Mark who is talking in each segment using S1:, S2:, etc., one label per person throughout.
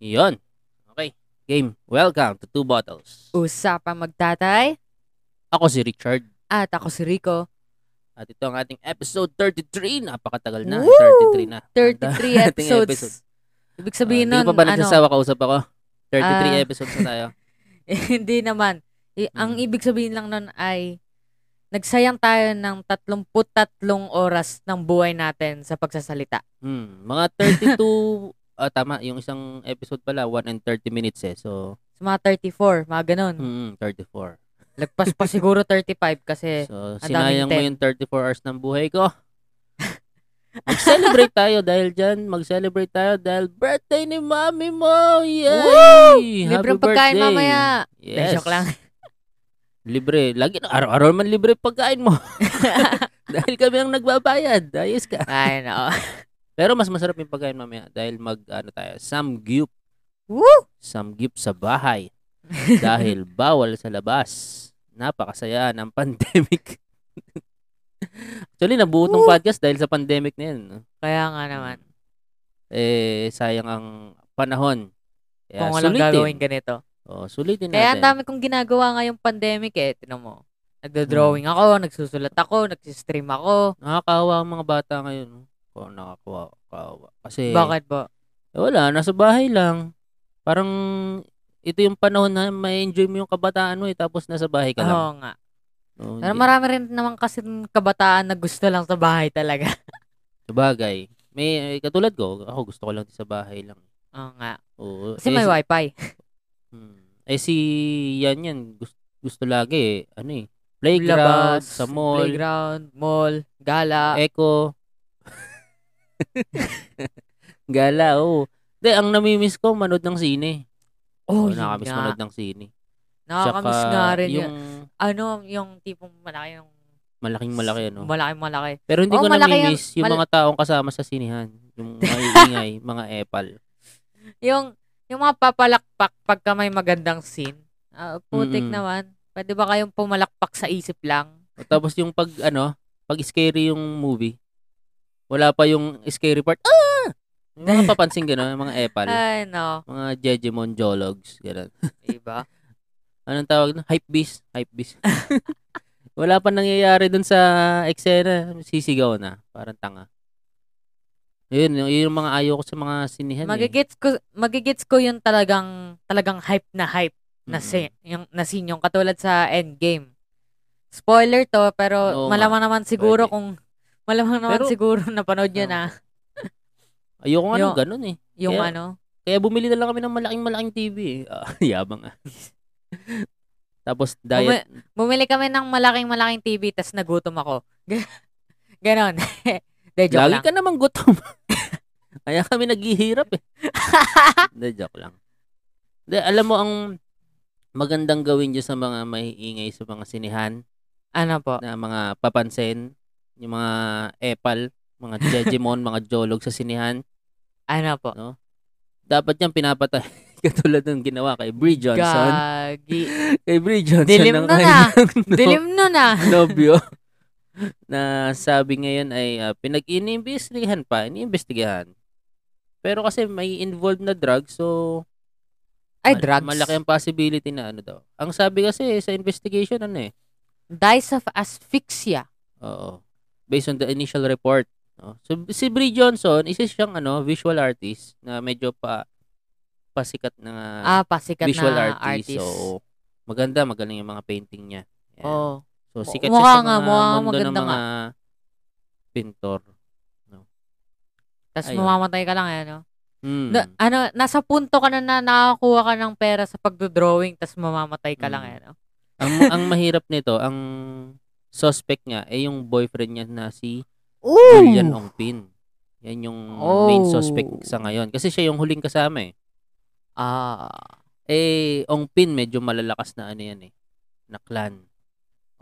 S1: Yun. Okay. Game. Welcome to Two Bottles.
S2: Usapang magtatay
S1: Ako si Richard.
S2: at ako si Rico.
S1: At ito ang ating episode 33. Napakatagal na.
S2: Woo!
S1: 33 na.
S2: 33
S1: Ating episode.
S2: episodes. Ibig sabihin
S1: Ah, Hindi
S2: nun,
S1: pa ba
S2: ano,
S1: nagsasawa kausap ako? 33
S2: Ah.
S1: episodes na tayo.
S2: ano, hindi naman. I- Ang
S1: Hmm.
S2: ibig sabihin lang nun ay nagsayang tayo ng 33 oras ng buhay natin sa pagsasalita.
S1: Hmm. Mga 32... ah, tama. Yung isang episode pala, 1 and 30 minutes eh. So,
S2: Sa mga 34, mga ganun.
S1: mm, 34.
S2: Lagpas pa siguro 35 kasi
S1: So,
S2: Eh, ang
S1: sinayang mo yung
S2: daming
S1: 34 hours ng buhay ko. Mag-celebrate tayo dahil dyan. Mag-celebrate tayo dahil birthday ni mami mo. Yay!
S2: Woo!
S1: Happy
S2: libreng pagkain
S1: birthday!
S2: mamaya.
S1: Yes.
S2: Joke lang.
S1: Libre. Lagi na araw-araw man libre pagkain mo. dahil kami ang nagbabayad. Ayos ka.
S2: Ay, no.
S1: Pero mas masarap yung pagkain mamaya dahil mag ano tayo, samgyup.
S2: Woo!
S1: Samgyup sa bahay. dahil bawal sa labas. Napakasaya ng pandemic. Actually, nabuo tong
S2: Woo!
S1: podcast dahil sa pandemic na yun. no?
S2: Kaya nga naman.
S1: Eh, sayang ang panahon. Kaya
S2: Kung walang
S1: sulitin.
S2: gagawin ganito.
S1: Oh, sulitin natin.
S2: Kaya ang dami kong ginagawa ngayong pandemic eh. Tinan mo. Nagdo-drawing
S1: Hmm.
S2: ako, nagsusulat ako, nagsistream ako.
S1: Nakakawa ang mga bata ngayon. no? Oo, nakakawa. Kawa. Kasi,
S2: Bakit ba?
S1: Eh, wala, nasa bahay lang. Parang, ito yung panahon na may enjoy mo yung kabataan mo eh, tapos nasa bahay ka lang.
S2: Oo nga.
S1: Oo,
S2: Pero
S1: hindi.
S2: marami rin naman kasi ng kabataan na gusto lang sa bahay talaga.
S1: Sabagay. May, eh, katulad ko, ako gusto ko lang sa bahay lang.
S2: Oo nga.
S1: Oo.
S2: Kasi
S1: eh,
S2: may
S1: si-
S2: wifi.
S1: Hmm. Eh si, yan yan, gusto, gusto lagi eh. Ano eh, playground,
S2: Labas,
S1: sa mall, Eh,
S2: Playground, mall, gala.
S1: Echo. Gala, oo. Hindi, ang namimiss ko, manood ng sine. Oo,
S2: oh, yun
S1: nakakamiss
S2: nga.
S1: manood ng sine.
S2: Nakakamiss
S1: Tsaka
S2: nga rin yung...
S1: yung
S2: Ano, yung tipong malaki yung...
S1: malaking malaki, ano?
S2: Malaking malaki.
S1: Pero hindi
S2: Oo,
S1: ko
S2: Oh, malaki yung-
S1: namimiss yung
S2: mal-
S1: mga taong kasama sa sinihan. Yung maiingay, mga epal.
S2: Yung, yung mga papalakpak pagka may magandang scene. Ah, putik
S1: Mm-mm.
S2: naman. Pwede ba kayong pumalakpak sa isip lang?
S1: O, Tapos yung pag, ano, pag scary yung movie, wala pa yung scary part. Ah! Yung mga papansin gano'n, mga epal.
S2: Ay, diba? no.
S1: Mga Jejimon Jologs, gano'n.
S2: Iba.
S1: Anong tawag na? Hype beast. Hype beast. wala pa nangyayari dun sa eksena. Sisigaw na. Parang tanga. Yun, yun yung mga ayaw ko sa mga sinihan. eh.
S2: magigits ko, magigits ko yung talagang, talagang hype na hype na,
S1: Mm-mm.
S2: scene, yung, na scene yung katulad sa Endgame. Spoiler to, pero
S1: Oo nga.
S2: malamang naman siguro
S1: Pwede.
S2: kung, malamang naman
S1: Pero-
S2: siguro napanood nyo
S1: Oo.
S2: na
S1: Ayoko nga nung
S2: Yung-
S1: ganun eh.
S2: yung
S1: Kaya-
S2: ano.
S1: Kaya bumili na lang kami ng malaking malaking TV eh. Ah, yabang ah. Tapos diet.
S2: Bumili kami ng malaking malaking TV, tas nagutom ako. Ganon. De, joke
S1: Lagi
S2: lang.
S1: ka namang gutom. Kaya kami naghihirap eh. Hindi, joke lang. Hindi, alam mo ang magandang gawin dyan sa mga maiingay sa mga sinihan.
S2: Ano po?
S1: na mga papansin, yung mga epal, mga jejimon, mga jolog sa sinihan,
S2: Ano po?
S1: dapat yan pinapatay. Katulad ng ginawa kay Brie Johnson.
S2: Gagi.
S1: Kay Brie Johnson
S2: Dilim
S1: ng
S2: na
S1: kanyang no-
S2: Dilim nun ah.
S1: nobyo na sabi ngayon ay ah, pinag-iniimbestigahan pa, iniimbestigahan. Pero kasi may involved na drug, so
S2: Ay,
S1: mal-
S2: drugs.
S1: malaki ang possibility na ano daw. Ang sabi kasi sa investigation, ano eh,
S2: Dice of asphyxia.
S1: Oo. Based on the initial report. No? So, si Brie Johnson, isa siyang ano, visual artist na medyo pa pasikat na
S2: Ah, pasikat
S1: visual
S2: na
S1: artist. So, maganda, magaling yung mga painting niya. Yan.
S2: Oo.
S1: So,
S2: Mu-
S1: sikat
S2: mukha
S1: siya sa
S2: nga,
S1: mga
S2: mukha nga
S1: mundo ng
S2: maganda
S1: mga pintor.
S2: Tapos
S1: Ayun.
S2: mamamatay ka lang, ano?
S1: Hmm.
S2: Na, ano, nasa punto ka na na nakakuha ka ng pera sa pagdodrawing, tapos mamamatay ka lang,
S1: Mm.
S2: ano?
S1: ang, ang mahirap nito, ang suspect nga, eh yung boyfriend niya na si Julian Ongpin. Yan yung main
S2: Hmm. Oh.
S1: suspect sa ngayon. Kasi siya yung huling kasama eh.
S2: Ah,
S1: Eh, Ongpin, medyo malalakas na ano yan eh. Na clan.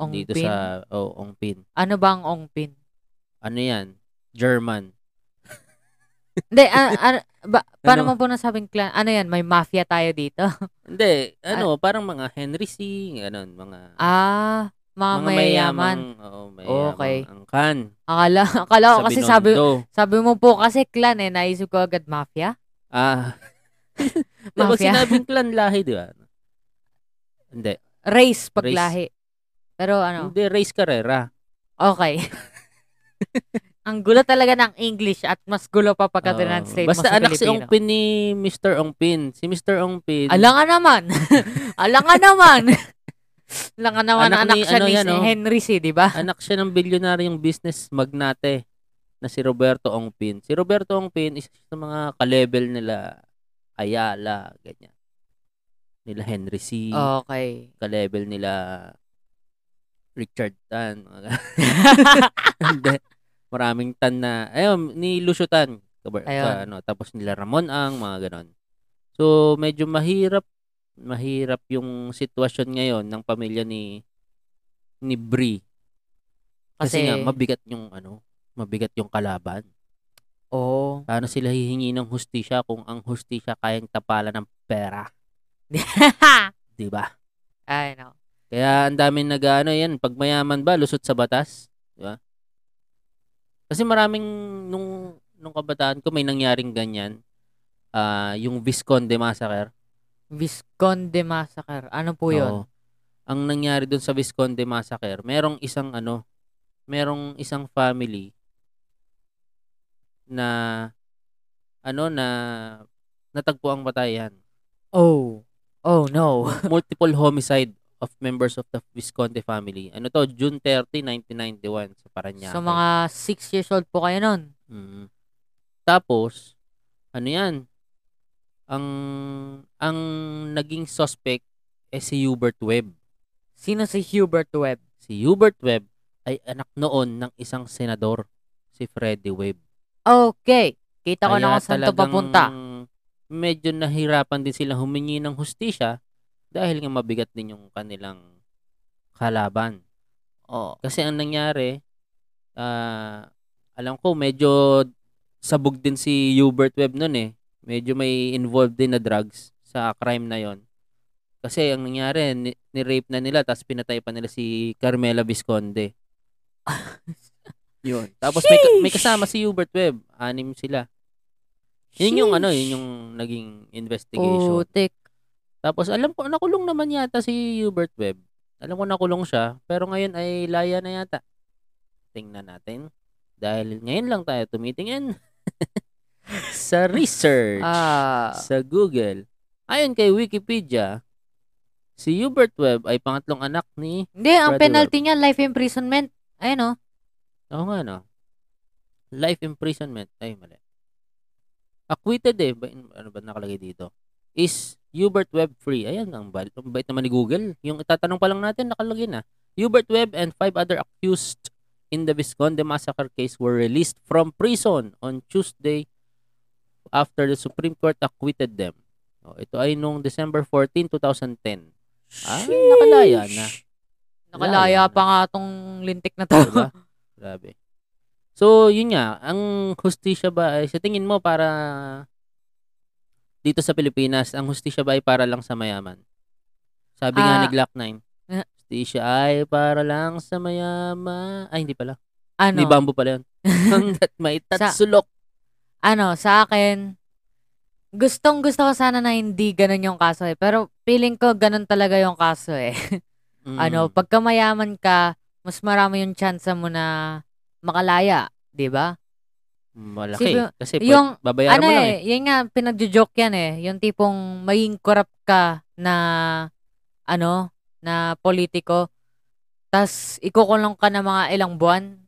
S1: Dito
S2: ongpin.
S1: sa, oh, Ongpin.
S2: Ano ba ang ongpin?
S1: Ano yan? German.
S2: Hindi, a- a- ba- paano
S1: Ano?
S2: mo po nasabing clan? Ano yan, may mafia tayo dito?
S1: Hindi, ano, parang mga oh, Henry C, ganun, mga
S2: ah, Mga, mayayaman.
S1: Oo, mayayaman.
S2: Okay.
S1: Ang kan.
S2: Akala, akala ko
S1: sa
S2: kasi sabi,
S1: Binondo.
S2: sabi mo po kasi clan eh. Naisip ko agad mafia.
S1: Ah. Di ba
S2: Mafia.
S1: sinabing clan lahi, di ba? Hindi.
S2: Race pag
S1: Race.
S2: lahi. Pero ano,
S1: Hindi, race carrera.
S2: okay. Ang gulo talaga ng English at mas gulo pa
S1: Oo.
S2: pagka translate
S1: Ah,
S2: mo
S1: Basta
S2: sa
S1: anak si
S2: Pilipino.
S1: Ongpin ni Mr. Ongpin. Si Mr. Ongpin.
S2: Alang ka naman. Alang ka naman. Alang ka naman.
S1: Anak
S2: Anak,
S1: ni-
S2: siya
S1: ano
S2: ni
S1: yan, oh?
S2: Henry C, di ba?
S1: anak siya ng bilyonaryong business magnate na si Roberto Ongpin. Si Roberto Ongpin isa sa mga ka-level nila Ayala, ganyan. Nila Henry C,
S2: Okay.
S1: ka-level nila Richard Tan. mga ganun. Hindi. Maraming tan na, ayun, ni Lucio Tan. Kabar,
S2: Ayun.
S1: Ka, ano, tapos nila Ramon Ang, mga ganon. So, medyo mahirap, mahirap yung sitwasyon ngayon ng pamilya ni ni Brie. Kasi,
S2: Kasi-
S1: nga, mabigat yung ano, mabigat yung kalaban.
S2: Oo.
S1: Paano sila hihingi ng hustisya kung ang hustisya kayang tapalan ng pera, 'di ba?
S2: Ay, no.
S1: Kaya ang daming nag-ano 'yan, pag mayaman ba lusot sa batas, 'di ba? Kasi maraming nung nung kabataan ko may nangyaring ganyan. Ah, yung Visconde Massacre.
S2: Visconde Massacre. Ano po yun?
S1: Oo. Ang nangyari doon sa Visconde Massacre, merong isang ano, merong isang family na ano na natagpo ang batayan.
S2: Oh. Oh, no.
S1: Multiple homicide of members of the Visconde family. Ano to, June 30, 1991 sa Parañaque.
S2: So, mga 6 years old po kayo nun.
S1: Mm. Tapos, ano yan? Ang ang naging suspect eh si Hubert Webb.
S2: Sino si Hubert Webb?
S1: Si Hubert Webb ay anak noon ng isang senador, si Freddie Webb.
S2: Okay. Kita ko
S1: Kaya
S2: na kung saan to
S1: talagang
S2: papunta.
S1: Medyo nahirapan din sila humingi ng hustisya dahil nga mabigat din yung kanilang kalaban.
S2: Oo.
S1: Kasi ang nangyari, ah, alam ko medyo sabog din si Hubert Webb noon eh. Medyo may involved din na drugs sa crime na yon. Kasi ang nangyari, ni- ni-rape na nila tapos pinatay pa nila si Carmela Visconde. yun. Tapos may, ka- may
S2: Sheesh!
S1: kasama si Hubert Webb. Anim sila. Yun yung ano, yun yung naging
S2: Oh,
S1: investigation.
S2: Utik.
S1: Tapos alam ko, nakulong naman yata si Hubert Webb. Alam ko nakulong siya, pero ngayon ay laya na yata. Tingnan natin. Dahil ngayon lang tayo tumitingin sa research
S2: Ah.
S1: sa Google. Ayon kay Wikipedia, si Hubert Webb ay pangatlong anak ni...
S2: Hindi, ang
S1: Brother
S2: penalty niya, life imprisonment. Ayun, oh.
S1: Oo nga, no? Life imprisonment. Ay, mali. Acquitted eh. Ba, ano ba nakalagay dito? Is Hubert Webb free? Ayan, ang bal- ang bait naman ni Google. Yung itatanong pa lang natin, nakalagay na. Hubert Webb and five other accused in the Visconde Massacre case were released from prison on Tuesday after the Supreme Court acquitted them. Oh, ito ay noong December 14, 2010. Ah, nakalaya na.
S2: Sheesh. Nakalaya
S1: Laya na.
S2: pa nga tong lintik na to.
S1: Diba? Grabe. So, yun nga, ang hustisya ba ay, sa tingin mo para dito sa Pilipinas, ang hustisya ba ay para lang sa mayaman? Sabi nga
S2: Ah.
S1: ni Glock 9,
S2: Eh.
S1: hustisya ay para lang sa mayaman. Ay, hindi pala.
S2: ano?
S1: Ni Bamboo pala yun. Hanggat may tatsulok.
S2: ano, sa akin, gustong gusto ko sana na hindi ganun yung kaso eh. Pero feeling ko ganun talaga yung kaso eh.
S1: Mm.
S2: Ano, pagka mayaman ka, mas marami yung chance mo na makalaya, diba? 'di ba?
S1: Malaki.
S2: Siguro-
S1: kasi pwede-
S2: yung-
S1: babayaran
S2: Ano
S1: mo lang eh.
S2: eh, yun nga pinagjo-joke yan eh, yung tipong maging corrupt ka na ano, na politiko, tas ikukulong ka na mga ilang buwan.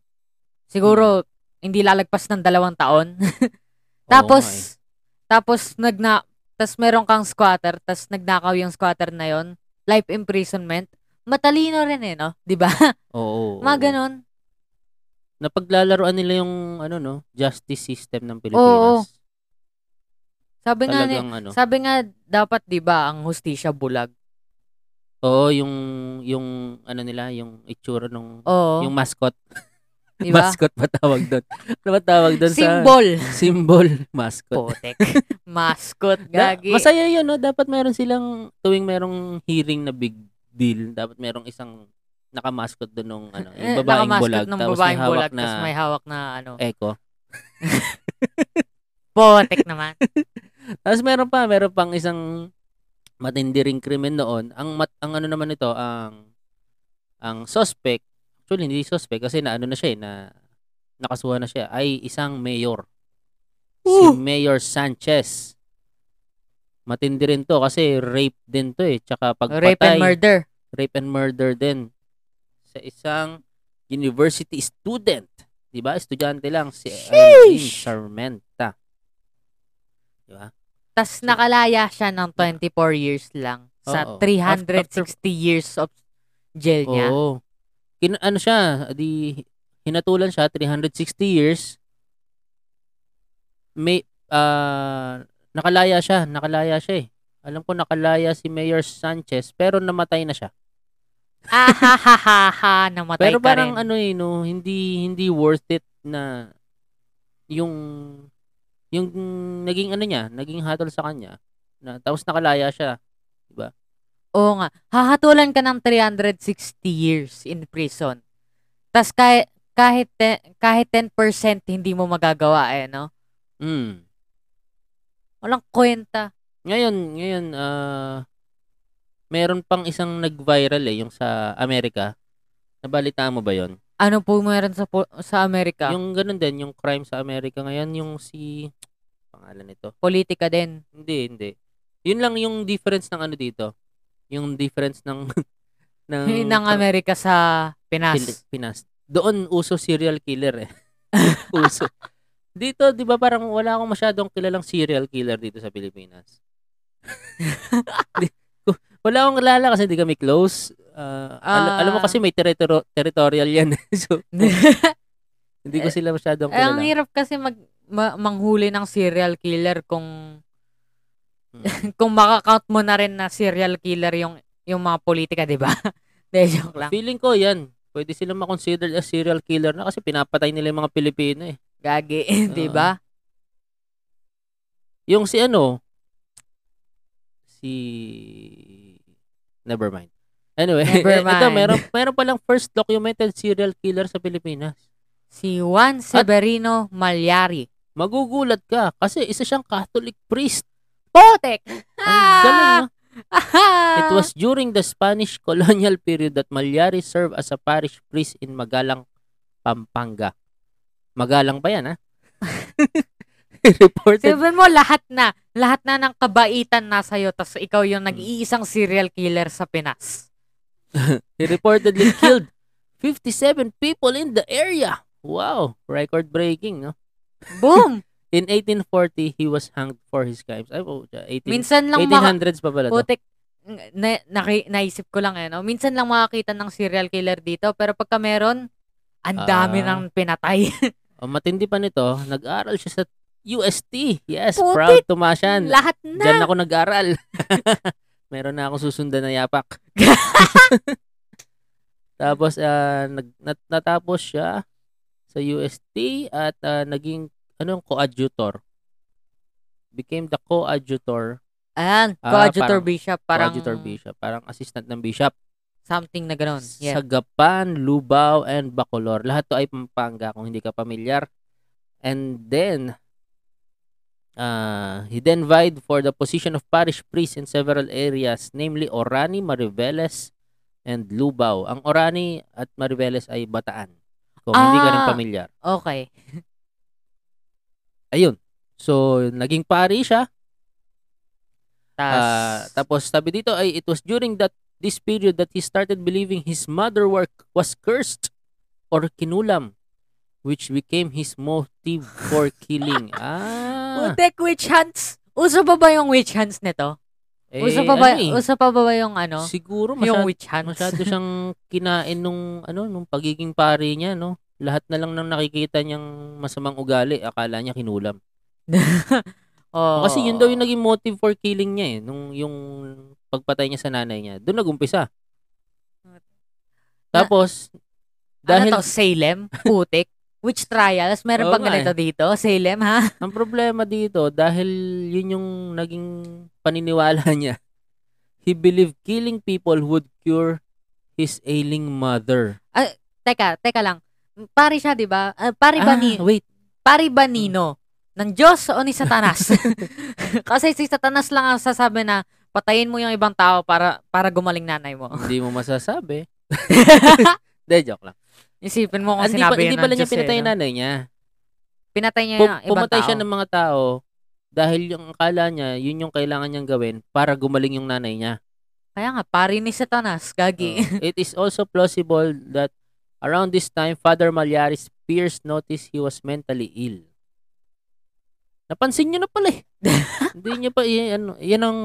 S2: Siguro hindi lalagpas ng dalawang taon.
S1: Hmm. Oo
S2: Tapos,
S1: nga eh.
S2: tapos nagna, tas meron kang squatter, tas nagnakaw yung squatter na yon, life imprisonment, matalino rin eh, no? 'Di ba?
S1: oo, oo, oo.
S2: Mga ganun.
S1: Napaglalaroan nila yung ano no, justice system ng Pilipinas.
S2: Sabi nga, ni,
S1: Talagang ano.
S2: sabi nga dapat 'di ba ang hustisya bulag.
S1: Oo, yung yung ano nila, yung itsura nung
S2: Oo,
S1: yung mascot.
S2: 'di ba?
S1: Mascot ba tawag doon? ano ba tawag doon sa
S2: Symbol.
S1: symbol mascot?
S2: Potek. Mascot.
S1: Da-
S2: Gagi.
S1: masaya 'yun, no? dapat meron silang tuwing merong hearing na big deal, dapat merong isang naka-mascot doon nung ano,
S2: Eh,
S1: yung babaeng
S2: nakamascot
S1: bulag.
S2: ng
S1: tapos may
S2: babaeng
S1: hawak
S2: bulag,
S1: na Eh,
S2: tapos may hawak na ano.
S1: echo.
S2: Potek naman.
S1: Tapos meron pa, meron pang isang matindi ring krimen noon. Ang mat, ang ano naman ito, ang ang suspect, actually hindi suspect kasi naano na siya eh, na nakasuhan na siya ay isang mayor.
S2: Ooh!
S1: Si Mayor Sanchez. Matindi rin to kasi rape din to eh. Tsaka pagpatay.
S2: Rape and murder.
S1: rape and murder din sa isang university student. Di ba? Estudyante lang si Irene
S2: Sheesh!
S1: Sarmenta. Di ba?
S2: Tapos nakalaya siya ng 24 years lang sa
S1: Mm. Oo.
S2: 360 years of jail niya.
S1: Oo. Kin- ano siya, di hinatulan siya 360 years. May ah, nakalaya siya, nakalaya siya eh. Alam ko nakalaya si Mayor Sanchez pero namatay na siya.
S2: Ah, Ahahaha, namatay
S1: Pero
S2: ka
S1: parang
S2: rin.
S1: ano eh, no, hindi hindi worth it na yung yung naging ano niya, naging hatol sa kanya na tapos nakalaya siya.
S2: Oo nga. Hahatulan ka ng 360 years in prison. Tapos kahit, kahit, te- kahit 10% hindi mo magagawa eh, no?
S1: Mm.
S2: Walang kwenta.
S1: Ngayon, ngayon ah meron pang isang nag-viral eh yung sa Amerika. Nabalitaan mo ba 'yon?
S2: Ano po meron sa, po- sa Amerika?
S1: Yung
S2: Yung
S1: ganun din, yung crime sa Amerika ngayon, yung si pangalan nito.
S2: politika din.
S1: Hindi, hindi. Yun lang yung difference ng ano dito. Yung difference ng ng
S2: Ng Amerika sa
S1: Pil-
S2: Pinas.
S1: Pinas. Doon uso serial killer eh. uso. Dito, 'di ba, parang wala akong masyadong kilalang serial killer dito sa Pilipinas. Di- ku- wala akong kilala kasi hindi kami close. Ah, al-
S2: Ah.
S1: alam mo kasi may territor- territorial yan. eh. so, hindi ko sila masyadong
S2: Eh, ang
S1: kilala.
S2: hirap kasi mag ma- manghuli ng serial killer kung
S1: Mm.
S2: kung makakount mo na rin na serial killer yung yung mga politika, 'di ba? De joke lang.
S1: Feeling ko yan. Pwede silang makonsider as serial killer na kasi pinapatay nila yung mga Pilipino eh.
S2: Gagi, 'di ba?
S1: Yung si ano, si... Never mind. Anyway,
S2: Never
S1: ito
S2: mind.
S1: meron, meron palang first documented serial killer sa Pilipinas.
S2: Si Juan Severino Malyari.
S1: Magugulat ka kasi isa siyang Catholic priest.
S2: Potek.
S1: Ang galing, no?
S2: Ah!
S1: It was during the Spanish colonial period that Malyari served as a parish priest in Magalang, Pampanga. Magalang pa yan, ha? Reported
S2: Sabihin mo lahat na, lahat na ng kabaitan na sa'yo, tapos ikaw yung
S1: Mm.
S2: nag-iisang serial killer sa Pinas.
S1: He reportedly killed 57 people in the area. Wow, record breaking, no?
S2: Boom!
S1: In 1840, he was hanged for his crimes. Ay, oh, 18,
S2: Minsan lang maka-
S1: 1800s pa pala to.
S2: Putik, na, naki- naisip ko lang eh, no? Minsan lang makakita ng serial killer dito, pero pagka meron, ang dami
S1: Ah.
S2: ng pinatay.
S1: Oh, matindi pa nito, nag-aral siya sa UST. Yes,
S2: Putik!
S1: proud Tomasian.
S2: Lahat na.
S1: Diyan ako nag-aral. Meron na akong susundan na yapak. Tapos, ah, nag, nat- natapos siya sa UST at ah, naging, anong coadjutor? Became the coadjutor.
S2: Ayan,
S1: Ah,
S2: coadjutor
S1: parang-
S2: bishop, parang
S1: coadjutor bishop. Parang assistant ng bishop.
S2: something na ganun.
S1: Sa
S2: Yeah.
S1: Gapan, Lubao, and Bacolor. Lahat to ay Pampanga kung hindi ka pamilyar. And then, uh, he then vied for the position of parish priest in several areas, namely Orani, Mariveles, and Lubao. Ang Orani at Mariveles ay Bataan. Kung hindi ka rin
S2: Ah.
S1: pamilyar.
S2: Okay.
S1: Ayun. So, naging pari siya. Ah,
S2: Tas,
S1: tapos sabi dito ay it was during that this period that he started believing his mother were, was cursed or kinulam which became his motive for killing. ah.
S2: Putik, witch hunts. Uso pa ba yung witch hunts nito?
S1: Eh,
S2: uso pa ba,
S1: ano eh,
S2: uso pa ba, ba yung ano?
S1: Siguro
S2: yung
S1: masyado,
S2: witch hunts.
S1: masyado siyang kinain nung ano nung pagiging pari niya no. Lahat na lang ng nakikita niyang masamang ugali, akala niya kinulam.
S2: Oo.
S1: Kasi yun daw yung naging motive for killing niya eh nung yung pagpatay niya sa nanay niya. Doon nagumpisa.
S2: Na-
S1: Tapos
S2: Dahil...
S1: dahil
S2: Ano to, Salem? Putik? Witch trials? Meron
S1: Oo
S2: pang
S1: nga eh.
S2: ganito dito? Salem, ha?
S1: Ang problema dito, dahil yun yung naging paniniwala niya, he believed killing people would cure his ailing mother.
S2: Teka, teka lang. Pari siya, di ba? Ah, pari ba ni,
S1: Ah, wait.
S2: pari ba nino? Ng Diyos o ni Satanas? Kasi si Satanas lang ang sasabi na patayin mo yung ibang tao para para gumaling nanay mo.
S1: Hindi mo masasabi. Hindi, joke lang. Ah,
S2: Isipin mo kung
S1: Hindi, pa,
S2: sinabi
S1: hindi
S2: yun ng
S1: pala niya
S2: Diyos eh,
S1: pinatay
S2: no?
S1: yung nanay niya.
S2: Pinatay niya
S1: Pum-
S2: yung ibang
S1: pumatay
S2: tao.
S1: siya ng mga tao dahil yung akala niya, yun yung kailangan niyang gawin para gumaling yung nanay niya.
S2: Kaya nga, pari ni Satanas, gagi.
S1: Oh. it is also plausible that around this time, Father Malyaris Pierce noticed he was mentally ill. Napansin niyo na pala eh. Hindi niya pa, yan, ano, yan ang,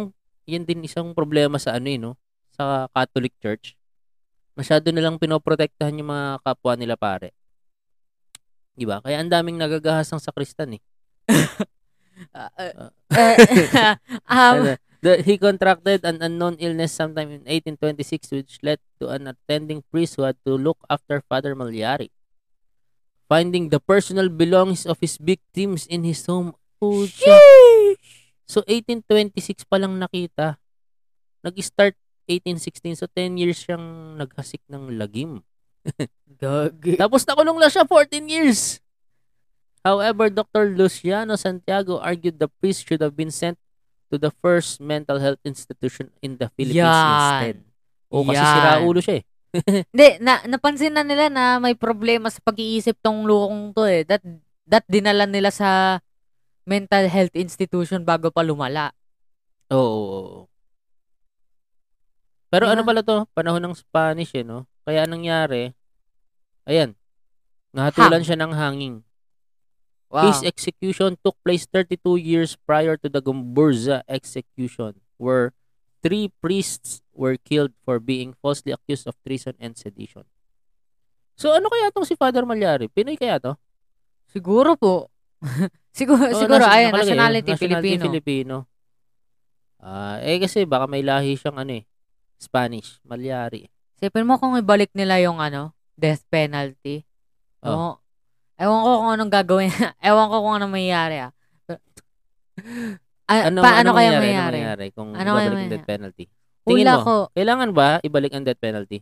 S1: yan din isang problema sa ano eh, no? Sa Catholic Church. Masyado nilang pinoprotektahan yung mga kapwa nila pare. Di ba? Kaya ang daming nagagahasang sa Kristan eh.
S2: Ah, ah, um,
S1: Ano, the- he contracted an unknown illness sometime in 1826 which led to an attending priest who had to look after Father Malyari. Finding the personal belongings of his victims in his home. oh, Putya. So 1826 pa lang nakita. Nag-start 1816 so 10 years siyang naghasik ng lagim.
S2: gagi.
S1: Tapos nakulong lang siya 14 years. However, Dr. Luciano Santiago argued the priest should have been sent to the first mental health institution in the Philippines
S2: Yan.
S1: instead. O kasi
S2: Yan.
S1: sira ulo siya eh.
S2: Hindi, na, napansin na nila na may problema sa pag-iisip tong lukong to eh. That, that dinala nila sa mental health institution bago pa lumala.
S1: Oo. oo, oo. Pero
S2: Diba?
S1: ano pala to? Panahon ng Spanish eh, no? Kaya anong nangyari, ayan, nahatulan siya ng hanging.
S2: Wow.
S1: His execution took place 32 years prior to the Gumburza execution, where three priests were killed for being falsely accused of treason and sedition. So ano kaya tong si Father Malyari? Pinoy kaya to?
S2: siguro po. siguro,
S1: Oo,
S2: siguro,
S1: nas-
S2: ayun,
S1: nakalagay,
S2: nationality,
S1: oh,
S2: Filipino.
S1: Filipino. Ah, eh kasi baka may lahi siyang ano eh, Spanish, Malyari.
S2: Isipin mo kung ibalik nila yung ano, death penalty.
S1: Oh.
S2: No? Ewan ko kung anong gagawin. Ewan ko kung anong mayayari ah. Pero- Ah,
S1: Ano,
S2: paano
S1: mangyayari?
S2: kaya
S1: Ano
S2: mayayari?
S1: mangyayari kung
S2: Ano kaya
S1: ibabalik yung
S2: mangyayari?
S1: death penalty? Tingin
S2: Hula
S1: mo,
S2: ko,
S1: kailangan ba ibalik ang death penalty?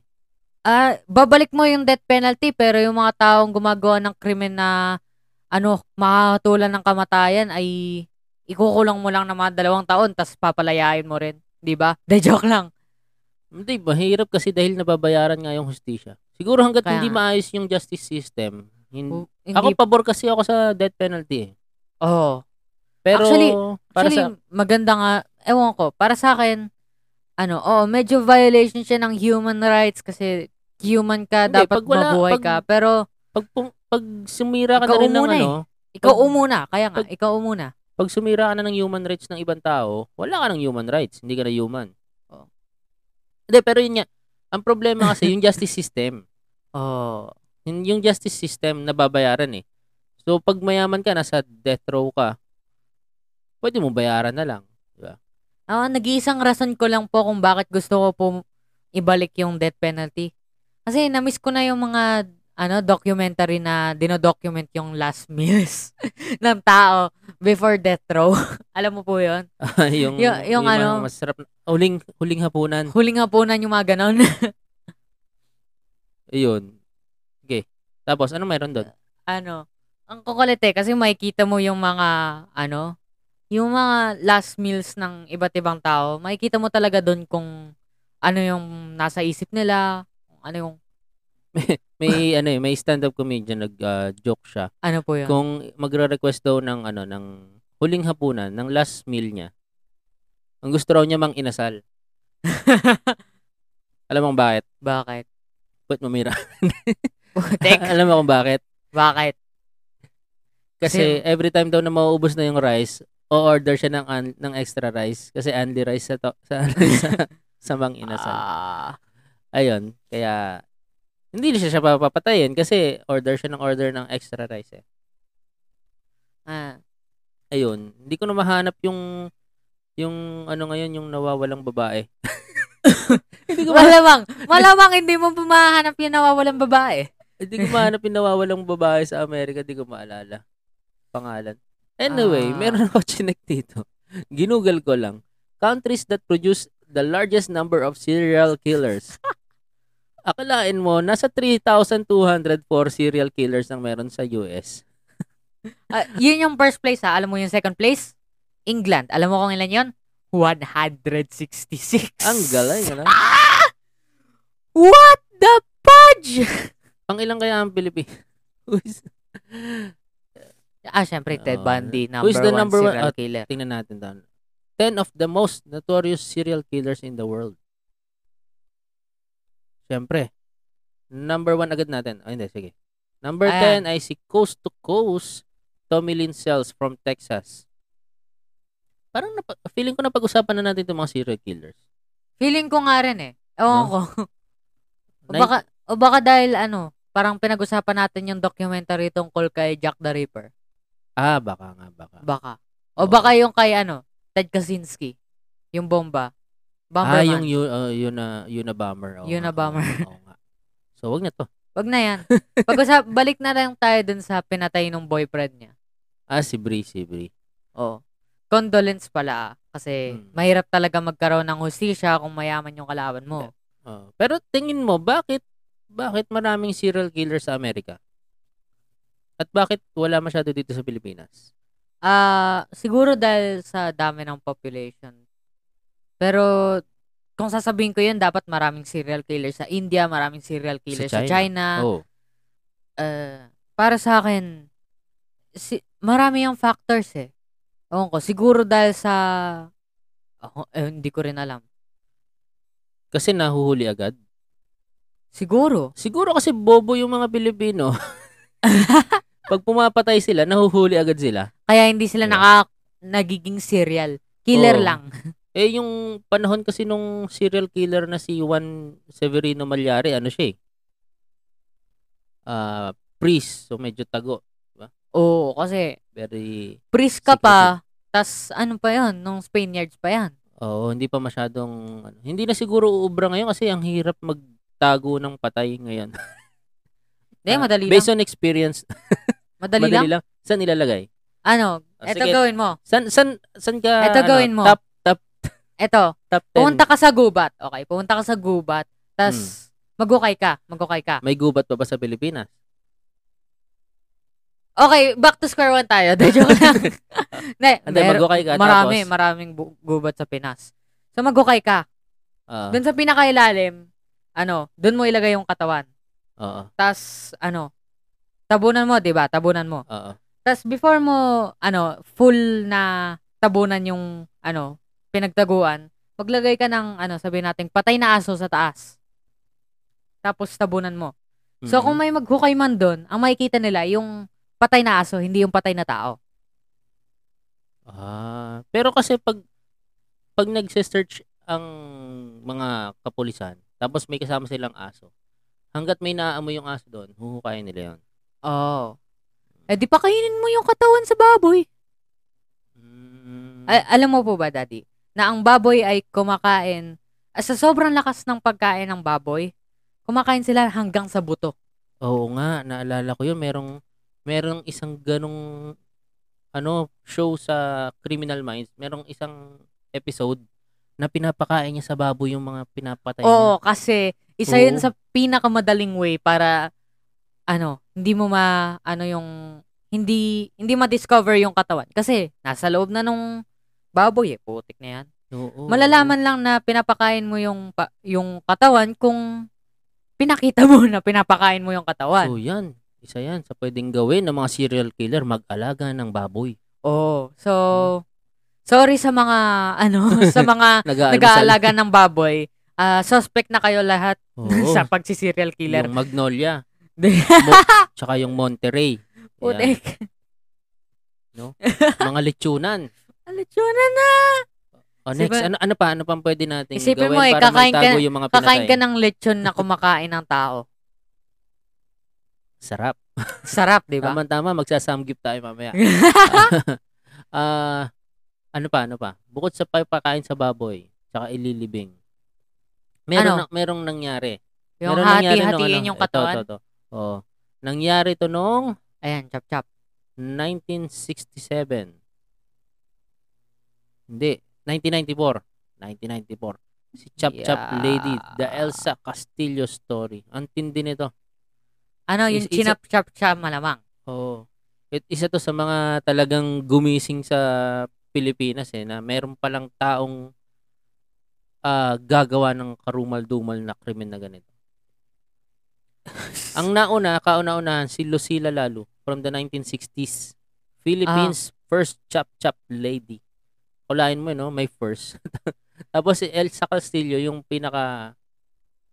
S2: Ah, babalik mo yung death penalty pero yung mga taong gumagawa ng krimen na ano, makakatulan ng kamatayan ay ikukulong mo lang ng mga dalawang taon tas papalayain mo rin, 'di ba? De joke lang.
S1: Hindi, mahirap kasi dahil nababayaran nga yung hustisya. Siguro hanggat
S2: Kaya
S1: hindi
S2: nga.
S1: maayos yung justice system. Hindi,
S2: Hu- Hindi,
S1: Hmm. ako pabor kasi ako sa death penalty. eh.
S2: oh.
S1: Pero
S2: Actually-
S1: para
S2: Actually,
S1: sa
S2: maganda nga, ewan ko, para sa akin, ano, oh, medyo violation siya ng human rights kasi human ka,
S1: Hindi,
S2: dapat
S1: pag wala-
S2: mabuhay
S1: pag-
S2: ka. Pero,
S1: pag, pum- pag sumira ka na
S2: Ikaw
S1: rin ng
S2: muna eh.
S1: ano,
S2: ikaw
S1: pag-
S2: umuna, kaya nga,
S1: pag-
S2: ikaw umuna.
S1: pag sumira ka na ng human rights ng ibang tao, wala ka ng human rights. Hindi ka na human. Oh.
S2: Oo.
S1: Hindi, pero yun nga. Ang problema kasi yung justice system.
S2: Oh,
S1: Yun- Yung justice system nababayaran eh. So pag mayaman ka, nasa death row ka, pwede mo bayaran na lang.
S2: Ah, nag-iisang rason ko lang po kung bakit gusto ko po ibalik yung death penalty. Kasi na-miss ko na yung mga ano documentary na dinodocument yung last meals ng tao before death row. Alam mo po yon
S1: yung,
S2: Yung- yung
S1: mga
S2: ano-
S1: masarap na, huling, huling hapunan.
S2: Huling hapunan yung mga ganon.
S1: Ayun. Okay. Tapos, ano mayroon doon?
S2: ano, ang kukulit eh, kasi makikita mo yung mga, ano, yung mga last meals ng iba't ibang tao, makikita mo talaga doon kung ano yung nasa isip nila, kung ano yung,
S1: May, ano eh, may stand-up comedian nag-joke siya.
S2: ano po yun.
S1: Kung magre-request daw ng, ano, ng huling hapunan, ng last meal niya, ang gusto raw niya mang inasal. Alam mo kung bakit?
S2: Bakit?
S1: Ba't mamira?
S2: Putek.
S1: Alam mo kung bakit?
S2: Bakit?
S1: Kasi every time daw na mauubos na yung rice, o-order siya ng, an- ng extra rice. Kasi only rice sa, to- sa, sa, sa mang inasal.
S2: Ah,
S1: Ayun, kaya hindi na siya siya papapatayin kasi order siya ng order ng extra rice eh.
S2: ah,
S1: Ayun, hindi ko na mahanap yung yung ano ngayon yung nawawalang babae. hindi ko ma-
S2: malamang, malamang hindi mo pumahanap yung nawawalang babae.
S1: hindi ko mahanap yung nawawalang babae sa Amerika, hindi ko maalala. Pangalan. Anyway,
S2: Ah.
S1: meron ako chinek dito. Ginugal ko lang. Countries that produce the largest number of serial killers. Akalain mo, nasa 3,204 serial killers ang meron sa US.
S2: Ah, yun yung first place ha. Alam mo yung second place? England. Alam mo kung ilan yun? 166.
S1: Ang galing, ano?
S2: Ah! What the fudge?
S1: Pang ilang kaya ang Pilipinas? Who's-
S2: Ah, syempre, Ted
S1: Oh,
S2: Bundy, number,
S1: who's the
S2: one
S1: number one- ah,
S2: serial killer.
S1: Tingnan natin doon. 10 of the most notorious serial killers in the world. Siyempre. Number 1 agad natin. Oh, hindi, sige. Number
S2: Ayan.
S1: 10 ay si Coast to Coast, Tommy Lynn Sells from Texas. Parang napa- feeling ko napag-usapan na natin itong mga serial killers.
S2: Feeling ko nga rin eh. Ewan
S1: No?
S2: ko. o,
S1: Nine-
S2: baka, o baka dahil ano, parang pinag-usapan natin yung documentary tungkol kay Jack the Ripper.
S1: Ah, baka nga, baka.
S2: Baka.
S1: Oo.
S2: O baka yung kay ano, Ted Kaczynski. Yung bomba.
S1: ah, yung
S2: Bomberman.
S1: yu, uh, Yuna, Unabomber. Oo nga,
S2: Unabomber.
S1: oo nga, oo nga. So, wag na to.
S2: Wag na yan. Pag-usap, balik na lang tayo dun sa pinatay ng boyfriend niya.
S1: Ah, si Bree, si Bree.
S2: Oo. Condolence pala ah. Kasi
S1: Hmm.
S2: mahirap talaga magkaroon ng hustisya kung mayaman yung kalaban mo.
S1: Oo. pero tingin mo, bakit bakit maraming serial killer sa Amerika? At bakit wala masyado dito sa Pilipinas?
S2: Ah, siguro dahil sa dami ng population. Pero kung sasabihin ko 'yun, dapat maraming serial killer sa India, maraming serial killer sa
S1: China.
S2: China.
S1: Oo.
S2: Ah, para sa akin si marami yung factors eh. Oo ko, siguro dahil sa Ako- eh, hindi ko rin alam.
S1: Kasi nahuhuli agad.
S2: Siguro.
S1: Siguro kasi bobo yung mga Pilipino. Pag pumapatay sila, nahuhuli agad sila.
S2: Kaya hindi sila
S1: Oo.
S2: naka nagiging serial killer
S1: Oo.
S2: lang.
S1: Eh, yung panahon kasi nung serial killer na si Juan Severino Malyari, ano siya eh? Ah, priest. So, medyo tago.
S2: Oo, kasi
S1: Very,
S2: priest ka
S1: Secretive.
S2: pa, tas ano pa 'yon, nung Spaniards pa 'yan.
S1: oo, hindi pa masyadong, ano, hindi na siguro uubra ngayon kasi ang hirap magtago ng patay ngayon.
S2: Hindi,
S1: Ah,
S2: madali
S1: Based
S2: lang.
S1: on experience,
S2: Madali, lang.
S1: madali lang. Saan nilalagay?
S2: Ano,
S1: Ah,
S2: eto
S1: sige.
S2: gawin mo.
S1: San, san, san ka,
S2: Eto
S1: ano,
S2: gawin mo.
S1: Top,
S2: Eto,
S1: top 10.
S2: pumunta ka sa gubat. Okay, pumunta ka sa gubat, tas
S1: Hmm.
S2: magukay ka, magukay ka.
S1: May gubat pa ba sa Pilipinas?
S2: Okay, back to square one tayo. De, joke lang. Hindi,
S1: Hindi,
S2: mer-
S1: magukay ka,
S2: Marami,
S1: tapos?
S2: maraming bu- gubat sa Pinas. So, magukay ka.
S1: Ah,
S2: Doon sa pinakailalim, ano, doon mo ilagay yung katawan.
S1: Oo,
S2: Tas, ano, tabunan mo, di ba? Tabunan mo.
S1: oo.
S2: Tapos before mo, ano, full na tabunan yung, ano, pinagtaguan, maglagay ka ng, ano, sabihin natin, patay na aso sa taas. Tapos tabunan mo.
S1: Mm.
S2: So, kung may maghukay man doon, ang makikita nila, yung patay na aso, hindi yung patay na tao.
S1: Ah, pero kasi pag pag nagse-search ang mga kapulisan, tapos may kasama silang aso. Hanggat may naaamoy yung aso doon, huhukayin nila yun.
S2: Oo. Eh, di pa kainin mo yung katawan sa baboy.
S1: Mm.
S2: A- alam mo po ba, Daddy, na ang baboy ay kumakain, ah, sa sobrang lakas ng pagkain ng baboy, kumakain sila hanggang sa buto.
S1: Oo nga, naalala ko yun. Merong, merong isang ganong ano, show sa Criminal Minds. Merong isang episode na pinapakain niya sa baboy yung mga pinapatay niya.
S2: Oo, kasi isa yun
S1: Oo.
S2: sa pinakamadaling way para ano, hindi mo ma ano yung hindi hindi ma-discover yung katawan kasi nasa loob na nung baboy eh, putik na yan.
S1: Oo.
S2: Malalaman lang na pinapakain mo yung pa- yung katawan kung pinakita mo na pinapakain mo yung katawan.
S1: So yan, isa yan sa pwedeng gawin ng mga serial killer, mag-alaga ng baboy.
S2: Oo. So
S1: Hmm.
S2: sorry sa mga ano, sa mga
S1: Nag-aalmusal.
S2: nag-aalaga ng baboy. Ah, suspect na kayo lahat
S1: Oo.
S2: sa pagsi-serial killer.
S1: Yung Magnolia, tsaka yung Monterey. Yan.
S2: Putik.
S1: Mga lechonan.
S2: Alitsuna Ah, na!
S1: O
S2: Sige.
S1: next, ano, ano pa? Ano pa ang pwede natin
S2: Isipin
S1: gawin
S2: mo eh,
S1: para
S2: kakain ka-
S1: magtago yung mga pinatay?
S2: Kakain ka ng lechon na kumakain ng tao.
S1: Sarap.
S2: Sarap, di ba? Hmm.
S1: Tama-tama, magsasamgip tayo mamaya. Ah, ano pa, ano pa? Bukod sa pagpakain sa baboy, tsaka ililibing. Meron
S2: Ano?
S1: na- merong nangyari.
S2: yung
S1: Meron nangyari nung
S2: hati-hatiin
S1: ano,
S2: yung katawan.
S1: Ito, ito, ito. Oo. Oh, Nangyari to noong
S2: Ayan, chop-chop.
S1: 1967. Hindi, 1994. 1994. Si Chop Chop
S2: Yeah.
S1: Lady, The Elsa Castillo Story. Ang tindi nito.
S2: Ano,
S1: Is-
S2: yung
S1: isa-
S2: chinap chap chap malamang.
S1: Oo. It, isa to sa mga talagang gumising sa Pilipinas eh, na meron palang taong ah, gagawa ng karumal-dumal na krimen na ganito. Ang nauna, kauna-unahan, si Lucila Lalo from the 1960s. Philippines first chop-chop lady. Kulain mo, eh, no? May first. Tapos si Elsa Castillo, yung pinaka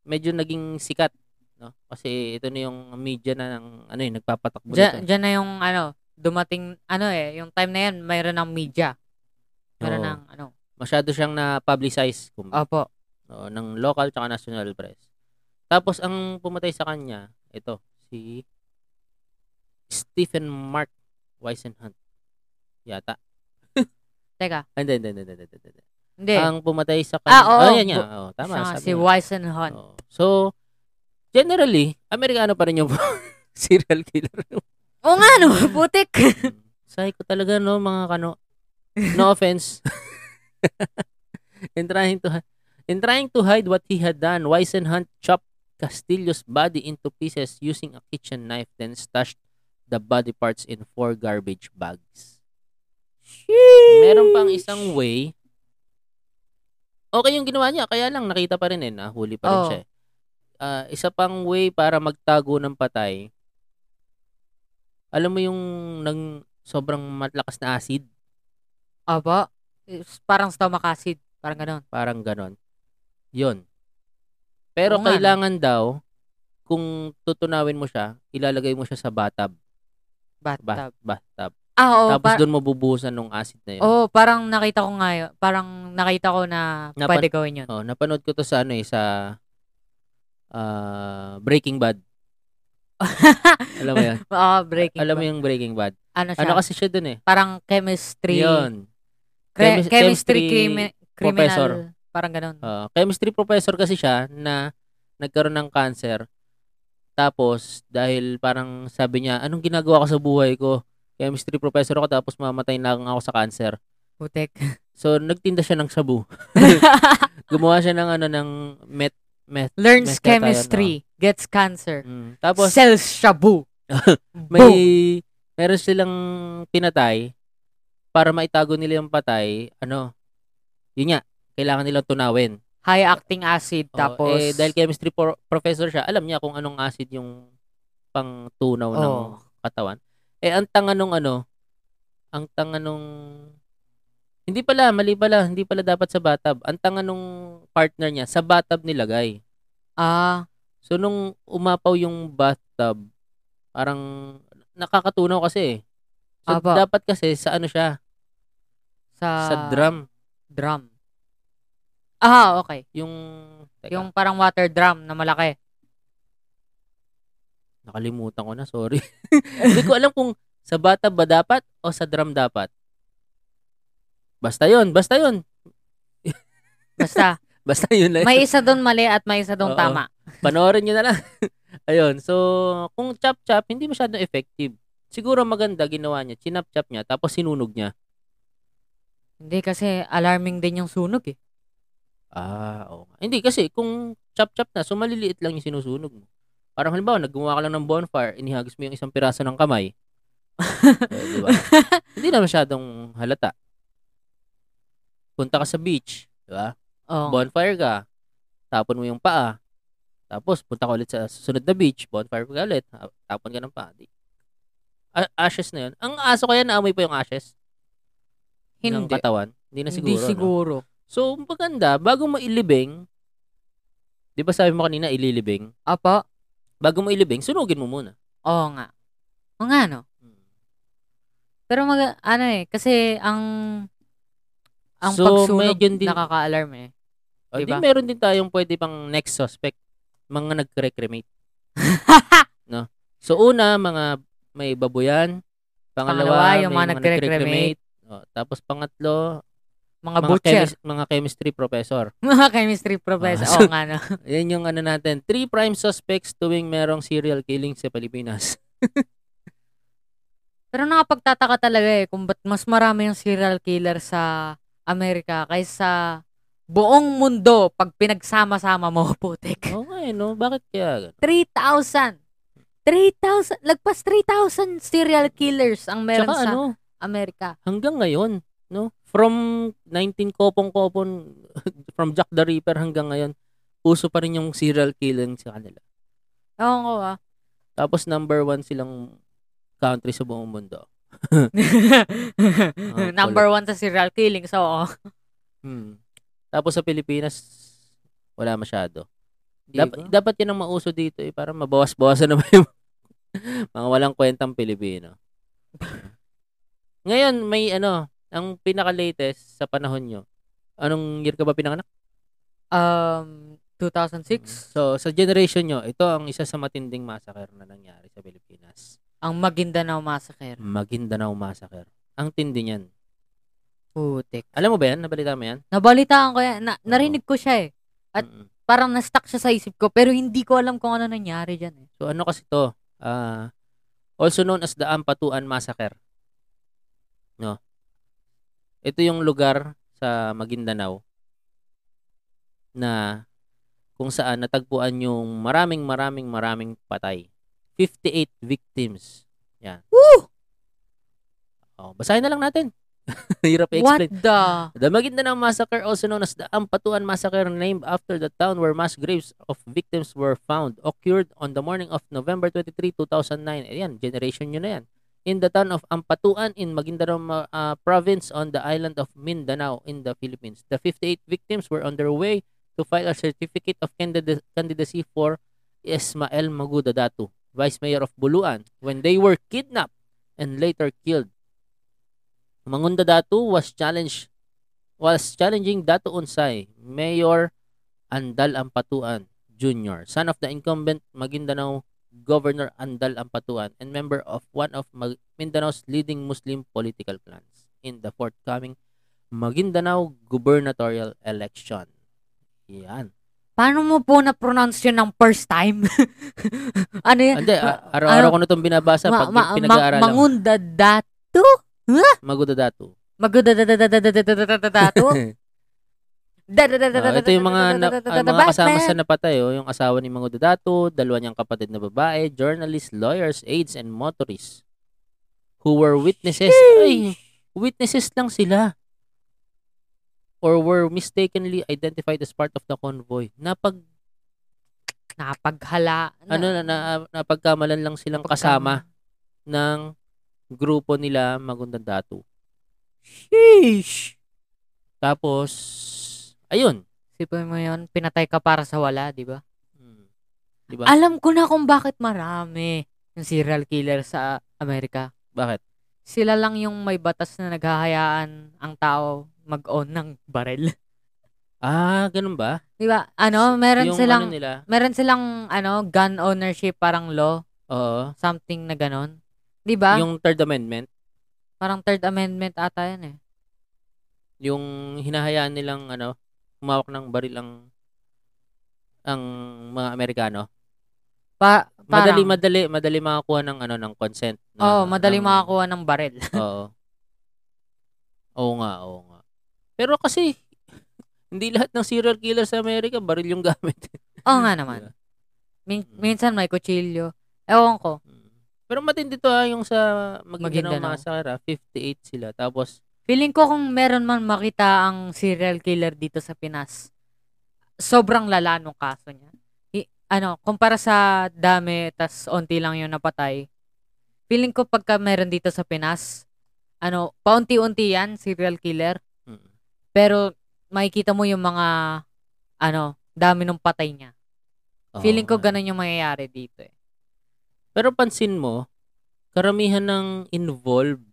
S1: medyo naging sikat, no? Kasi ito na yung media na ng ano yung nagpapatakbo nito.
S2: Diyan, diyan na yung ano, dumating, ano eh, yung time na yan, mayroon ng media. Mayroon
S1: Oo.
S2: ng ano.
S1: masyado siyang na-publicize kumbaga,
S2: Opo.
S1: oo, ng local tsaka national press. Tapos ang pumatay sa kanya, ito, si Stephen Mark Weisenhunt. Yata.
S2: Teka.
S1: Ah, Hindi, hindi, hindi, hindi, hindi, hindi.
S2: Hindi.
S1: Ang pumatay sa kanya.
S2: Ah, oo.
S1: Oh, yan, yan.
S2: Bu-
S1: Oo, tama.
S2: siya nga,
S1: sabi
S2: si
S1: mo.
S2: Wyson Hunt.
S1: Oo. So, generally, Amerikano pa rin yung serial killer.
S2: Oo nga, no, putik.
S1: Mm. Psycho talaga, no, mga kano. No offense. in trying to hi- in trying to hide what he had done, Weisenhunt chopped Castillo's body into pieces using a kitchen knife, then stashed the body parts in four garbage bags. Meron pang isang way. Okay yung ginawa niya, kaya lang nakita pa rin eh, nahuli pa rin
S2: Oo.
S1: siya. eh. Ah, isa pang way para magtago ng patay. Alam mo yung nang sobrang matlakas na acid,
S2: Opo. Is- Parang stomach acid. Parang ganon.
S1: parang ganon. Yun. Pero
S2: Oo nga, no?
S1: kailangan daw, kung tutunawin mo siya, ilalagay mo siya sa bathtub. Ba-
S2: Bathtub.
S1: bathtub.
S2: Ah, oo.
S1: Tapos
S2: par-
S1: doon mabubuhusan ng acid na yun.
S2: oo, parang nakita ko nga yun. Parang nakita ko na
S1: Napan-
S2: pwede gawin yun.
S1: Oh, napanood ko to sa ano eh, sa ah, Breaking Bad. Alam mo yan?
S2: Oo, Ah, breaking.
S1: Alam mo
S2: ba?
S1: yung Breaking Bad.
S2: Ano siya?
S1: Ano kasi siya dun eh?
S2: parang chemistry.
S1: Yun.
S2: Cre-
S1: Chemis-
S2: chemistry,
S1: chemistry
S2: crimi- criminal.
S1: professor.
S2: Parang ganon.
S1: Ah, chemistry professor kasi siya na nagkaroon ng cancer. Tapos, dahil parang sabi niya, anong ginagawa ko sa buhay ko? Chemistry professor ako tapos mamatay na ako sa cancer.
S2: Putik.
S1: So, nagtinda siya ng shabu. Gumawa siya ng ano, ng met, met.
S2: Learns
S1: Messed up tayo,
S2: chemistry. Gets cancer.
S1: Mm. Tapos,
S2: Sells shabu. Boom.
S1: may meron silang pinatay para maitago nila yung patay, ano, yun nga, kailangan nilang tunawin.
S2: High acting acid.
S1: Oo,
S2: tapos,
S1: eh, dahil chemistry por- professor siya, alam niya kung anong acid yung pangtunaw ng
S2: Oo.
S1: katawan. Eh, ang tanga nung ano, ang tanga nung, hindi pala, mali pala, hindi pala dapat sa bathtub. Ang tanga nung partner niya, sa bathtub nilagay.
S2: ah,
S1: So, nung umapaw yung bathtub, parang nakakatunaw kasi eh. So,
S2: Apa.
S1: dapat kasi sa ano siya,
S2: sa,
S1: sa drum.
S2: drum. Ah, okay.
S1: Yung, teka,
S2: Yung parang water drum na malaki.
S1: nakalimutan ko na, sorry. Hindi ko alam kung sa bata ba dapat o sa drum dapat. Basta yon basta yon
S2: Basta,
S1: Basta yun lang.
S2: may isa doon mali at may isa doon
S1: Oo.
S2: tama.
S1: Panoorin nyo na lang. Ayun, so kung chop-chop, hindi masyadong effective. Siguro maganda ginawa niya, chinap-chop niya, tapos sinunog niya.
S2: Hindi kasi alarming din yung sunog eh.
S1: Ah, oo. nga. Hindi, kasi kung chop-chop na, so maliliit lang yung sinusunog mo. Parang halimbawa, naggumawa ka lang ng bonfire, inihagis mo yung isang piraso ng kamay. Eh, di ba? Hindi na masyadong halata. Punta ka sa beach, di ba?
S2: Oo.
S1: bonfire ka, tapon mo yung paa, tapos punta ka ulit sa susunod na beach, bonfire ka ulit, ha- tapon ka ng paa. Di- A- ashes na yun. Ang aso kaya naamoy pa yung ashes ng
S2: hindi.
S1: katawan. Hindi na siguro.
S2: hindi
S1: no?
S2: siguro.
S1: So, maganda, bago mo ilibing, di ba sabi mo kanina ililibing?
S2: Apo?
S1: Bago mo ilibing, sunugin mo muna.
S2: Oo nga. Oo nga, no? Pero mag, ano eh, kasi ang, ang
S1: So,
S2: pagsunog
S1: medyo din-
S2: nakaka-alarm eh.
S1: O,
S2: Di
S1: di
S2: ba?
S1: meron din tayong pwede pang next suspect, mga nag-recremate. no? So, una, mga may baboyan. Pangalawa,
S2: Pangalawa, yung
S1: may
S2: mga nagre-cremate.
S1: O, tapos pangatlo,
S2: Mga,
S1: mga,
S2: butcher.
S1: chemis- mga chemistry professor.
S2: mga chemistry professor.
S1: Ah,
S2: Oo nga, no?
S1: Yan yung ano natin, three prime suspects tuwing merong serial killing sa Pilipinas.
S2: Pero nakapagtataka talaga eh kung ba't mas marami yung serial killer sa Amerika kaysa buong mundo pag pinagsama-sama mo, putik.
S1: Oo nga eh, no? Bakit kaya ganun?
S2: 3,000. 3,000. Lagpas 3,000 serial killers ang meron
S1: Tsaka
S2: sa
S1: ano,
S2: Amerika.
S1: hanggang ngayon, no? From 19 kopong-kopon, from Jack the Ripper hanggang ngayon, uso pa rin yung serial killing sa kanila.
S2: Oo ko ah.
S1: Tapos number one silang country sa buong mundo. Ah,
S2: Number one sa serial killing. So, oo.
S1: Hmm. Tapos sa Pilipinas, wala masyado.
S2: Di
S1: Dapat,
S2: ba?
S1: dapat yan ang mauso dito eh, para mabawas-bawasan naman yung mga walang kwentang Pilipino. Ngayon, may ano, ang pinaka-latest sa panahon nyo. Anong year ka ba pinanganak?
S2: um, 2006,
S1: Mm. So, sa generation nyo, ito ang isa sa matinding massacre na nangyari sa Pilipinas.
S2: ang Maguindanao Massacre.
S1: Maguindanao Massacre. Ang tindi niyan.
S2: Putik.
S1: Alam mo ba yan? Nabalita mo yan?
S2: Nabalitaan ko yan. Na- narinig ko siya eh. At-
S1: Mm-mm.
S2: Parang na-stuck siya sa isip ko. Pero hindi ko alam kung ano nangyari dyan eh.
S1: So, ano kasi to? Ah, also known as the Ampatuan Massacre. No? Ito yung lugar sa Maguindanao na kung saan natagpuan yung maraming maraming maraming patay. 58 victims. Yan.
S2: Woo!
S1: Oh, basahin na lang natin. Hirap
S2: What
S1: i-explain.
S2: the?
S1: The Maguindanao Massacre, also known as the Ampatuan Massacre, named after the town where mass graves of victims were found, occurred on the morning of November 23, 2009. Ayan, generation nyo na yan. In the town of Ampatuan in Maguindanao Ma- ah, province on the island of Mindanao in the Philippines. The 58 victims were on their way to file a certificate of candid- candidacy for Ismael Maguda Datu, Vice Mayor of Buluan, when they were kidnapped and later killed. Mangunda Datu was challenged was challenging Dato Unsay, Mayor Andal Ampatuan Jr., son of the incumbent Maguindanao Governor Andal Ampatuan and member of one of Mag- Mindanao's leading Muslim political clans in the forthcoming Maguindanao gubernatorial election. Yan.
S2: Paano mo po na-pronounce yun ng first time? ano yun?
S1: Hindi, a- araw-araw ko na itong binabasa pag pinag-aaralan. Mangun-
S2: mangunda dat.
S1: Magudadato.
S2: Magudadadadadadadadadadadaadato.
S1: Ah, ito yung mga, na, ang mga kasama sa napatay, oh, yung asawa ni Mangudo Dato, dalawa niyang kapatid na babae, journalists, lawyers, aides, and motorists who were witnesses. Ay, witnesses lang sila. Or were mistakenly identified as part of the convoy. Napag,
S2: Napaghala.
S1: ano na, na, napagkamalan lang silang kasama ng grupo nila Magundo Dato.
S2: Sheesh.
S1: Tapos, ayun.
S2: Sipin mo yun, pinatay ka para sa wala, di ba?
S1: Hmm. Di ba?
S2: Alam ko na kung bakit marami yung serial killer sa Amerika.
S1: Bakit?
S2: Sila lang yung may batas na naghahayaan ang tao mag-on ng barel.
S1: Ah, ganun ba?
S2: Di ba? Ano, meron
S1: yung
S2: silang
S1: ano nila?
S2: meron silang ano, gun ownership parang law,
S1: Oo.
S2: something na ganon. Di ba?
S1: Yung Third Amendment,
S2: Parang Third Amendment ata yan eh.
S1: yung hinahayaan nilang ano, humawak ng baril ang ang mga Amerikano.
S2: Pa- parang,
S1: Madali Ah, madali madali makakuha ng ano ng consent.
S2: Oo, madali
S1: ng-
S2: makakuha ng barel.
S1: Oo. oo nga, oo nga. Pero kasi hindi lahat ng serial killer sa Amerika baril yung gamit.
S2: Oo nga naman.
S1: Diba?
S2: Min- minsan may kutsilyo. Ewan ko.
S1: Mm. Pero matindi to ha, yung sa Maguindanao
S2: Maguindanao.
S1: Massacre, ha, 58 sila. Tapos,
S2: Feeling ko kung meron man makita ang serial killer dito sa Pinas, sobrang lala nung kaso niya. I- ano, kumpara sa dami, tas onti lang yung napatay. Feeling ko pagka meron dito sa Pinas, ano, paunti-unti yan, serial killer.
S1: mm,
S2: Pero makikita mo yung mga, ano, dami nung patay niya.
S1: oo
S2: Feeling ko
S1: nga.
S2: ganun yung mangyayari dito eh.
S1: Pero pansin mo, karamihan ng involved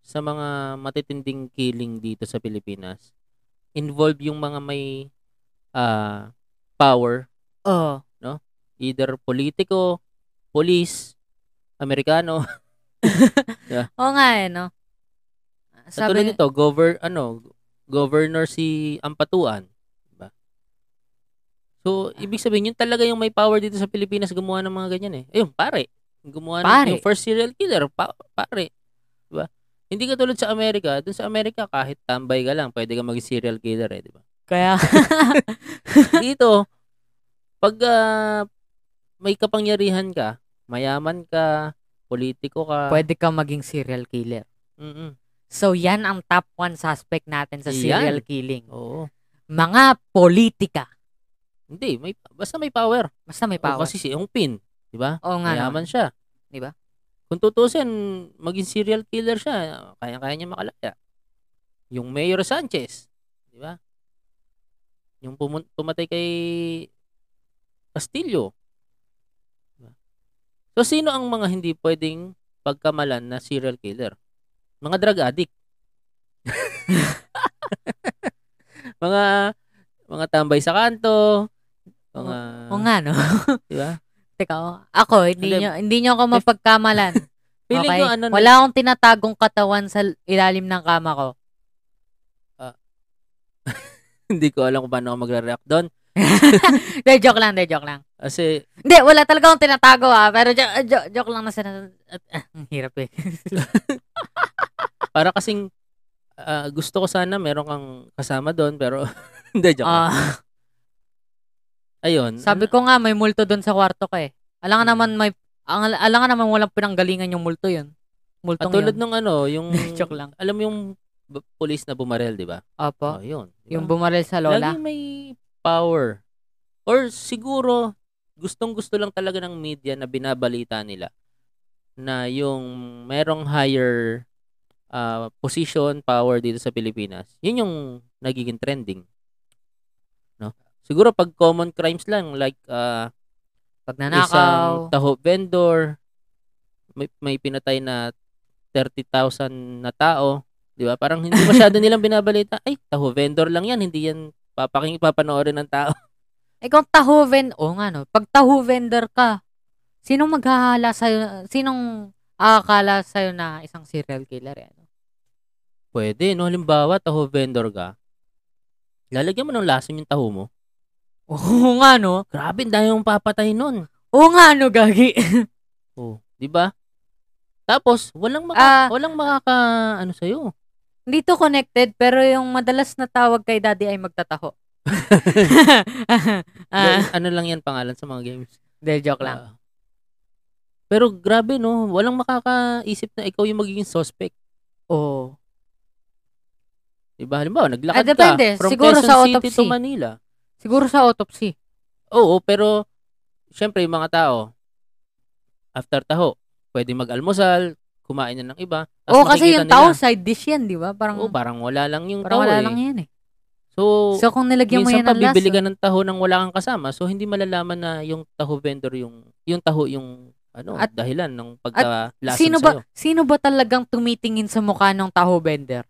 S1: sa mga matitinding killing dito sa Pilipinas, involved yung mga may ah, power,
S2: Oo.
S1: either politiko, police, Amerikano.
S2: Oo nga eh, no?
S1: Sabi
S2: Sabi,
S1: nito, govern ano, governor si Ampatuan, diba? So, ibig sabihin, yun talaga yung may power dito sa Pilipinas gumawa ng mga ganyan eh. Ayun, pare. Gumawa ng
S2: Pare.
S1: yung first serial killer, pa, pare. Diba? Hindi ka tulad sa Amerika. Doon sa Amerika, kahit tambay ka lang, pwede ka maging serial killer eh, diba?
S2: Kaya,
S1: Dito, pag ah, may kapangyarihan ka, mayaman ka, politiko ka,
S2: pwede ka maging serial killer.
S1: mm
S2: So, yan ang top one suspect natin sa
S1: Yan.
S2: serial killing.
S1: Oo.
S2: Mga politika.
S1: Hindi, may basta may power.
S2: Basta may
S1: Oo,
S2: power.
S1: Oh, kasi si Yung Pin, diba? 'di ba?
S2: Oo nga
S1: Mayaman
S2: naman.
S1: siya.
S2: Di ba?
S1: Kung tutusin, maging serial killer siya, kaya-kaya niya makalaya. Yung Mayor Sanchez, di ba? Yung pumun- pumatay kay Castillo. Di ba? So, sino ang mga hindi pwedeng pagkamalan na serial killer? Mga drug addict. mga mga tambay sa kanto, mga
S2: Oo nga, no?
S1: di ba?
S2: Teka, oh. ako, hindi
S1: Hindi.
S2: nyo, hindi nyo ako mapagkamalan.
S1: Feeling
S2: okay?
S1: ko ano
S2: Wala akong tinatagong katawan sa ilalim ng kama ko.
S1: hindi ko alam kung paano ako magre-react doon.
S2: De, joke lang, de, joke lang.
S1: Kasi,
S2: Hindi, wala talaga akong tinatago ah. Pero jo- ah, jo- joke lang na sana. at- ah, Ang hirap eh.
S1: para kasing, ah, gusto ko sana meron kang kasama doon, pero, hindi, joke. lang.
S2: Ah,
S1: Ayun.
S2: sabi ko nga, may multo doon sa kwarto ko eh.
S1: Hmm.
S2: Alam nga naman may, ang, alam nga naman walang pinanggalingan yung multo yun. Multong
S1: Katulad
S2: yun.
S1: nung ano, yung,
S2: joke lang.
S1: alam mo yung b- police na bumarel, di ba?
S2: Opo.
S1: Oh, yun. di ba?
S2: Yung bumaril sa lola.
S1: Lagi may power. Or siguro, gustong-gusto lang talaga ng media na binabalita nila na yung merong higher ah, position, power dito sa Pilipinas. Yun yung nagiging trending. No? Siguro pag common crimes lang like ah,
S2: Pag
S1: isang
S2: nanakaw.
S1: taho vendor may, may pinatay na 30,000 na tao, 'di ba? Parang hindi masyado nilang binabalita. Ay, taho vendor lang 'yan, hindi yan papaking papanoorin ng tao.
S2: Eh kung taho vendor, oh nga no, pag taho vendor ka, sinong maghahala sa'yo, sinong akala sa'yo na isang serial killer eh? no?
S1: Pwede, no? Halimbawa, taho vendor ka. Lalagyan mo ng lason yung taho mo.
S2: Oo nga no,
S1: Grabe, ang dami mong papatay nun.
S2: oo nga no, gagi.
S1: Oh, 'di ba? Tapos, walang maka,
S2: Ah.
S1: walang makaka ano sa
S2: Dito connected, pero yung madalas na tawag kay daddy ay magtataho. ah,
S1: ano lang 'yan pangalan sa mga games.
S2: de, joke
S1: Ah.
S2: lang.
S1: pero grabe no, walang makakaisip na ikaw yung magiging suspect.
S2: Oo.
S1: Diba? Halimbawa, naglakad
S2: Ah,
S1: ka
S2: depende.
S1: from
S2: Siguro
S1: Quezon
S2: sa
S1: City
S2: autopsy.
S1: to Manila.
S2: Siguro sa autopsy.
S1: Oo, pero syempre yung mga tao, after taho, pwede mag-almusal, kumain na ng iba. tapos
S2: Oo, kasi
S1: makikita
S2: yung tao
S1: nila,
S2: side dish yan, di ba? Parang,
S1: Oo, parang wala lang yung taho
S2: parang wala
S1: eh.
S2: lang yan eh.
S1: So,
S2: So, kung nilagyan mo
S1: minsan
S2: yan
S1: pa
S2: ng
S1: bibili
S2: laso,
S1: ka ng taho nang wala kang kasama, so hindi malalaman na yung taho vendor yung, yung taho yung ano,
S2: At-
S1: dahilan ng pagka
S2: sino ba, sino ba talagang tumitingin sa mukha ng taho vendor?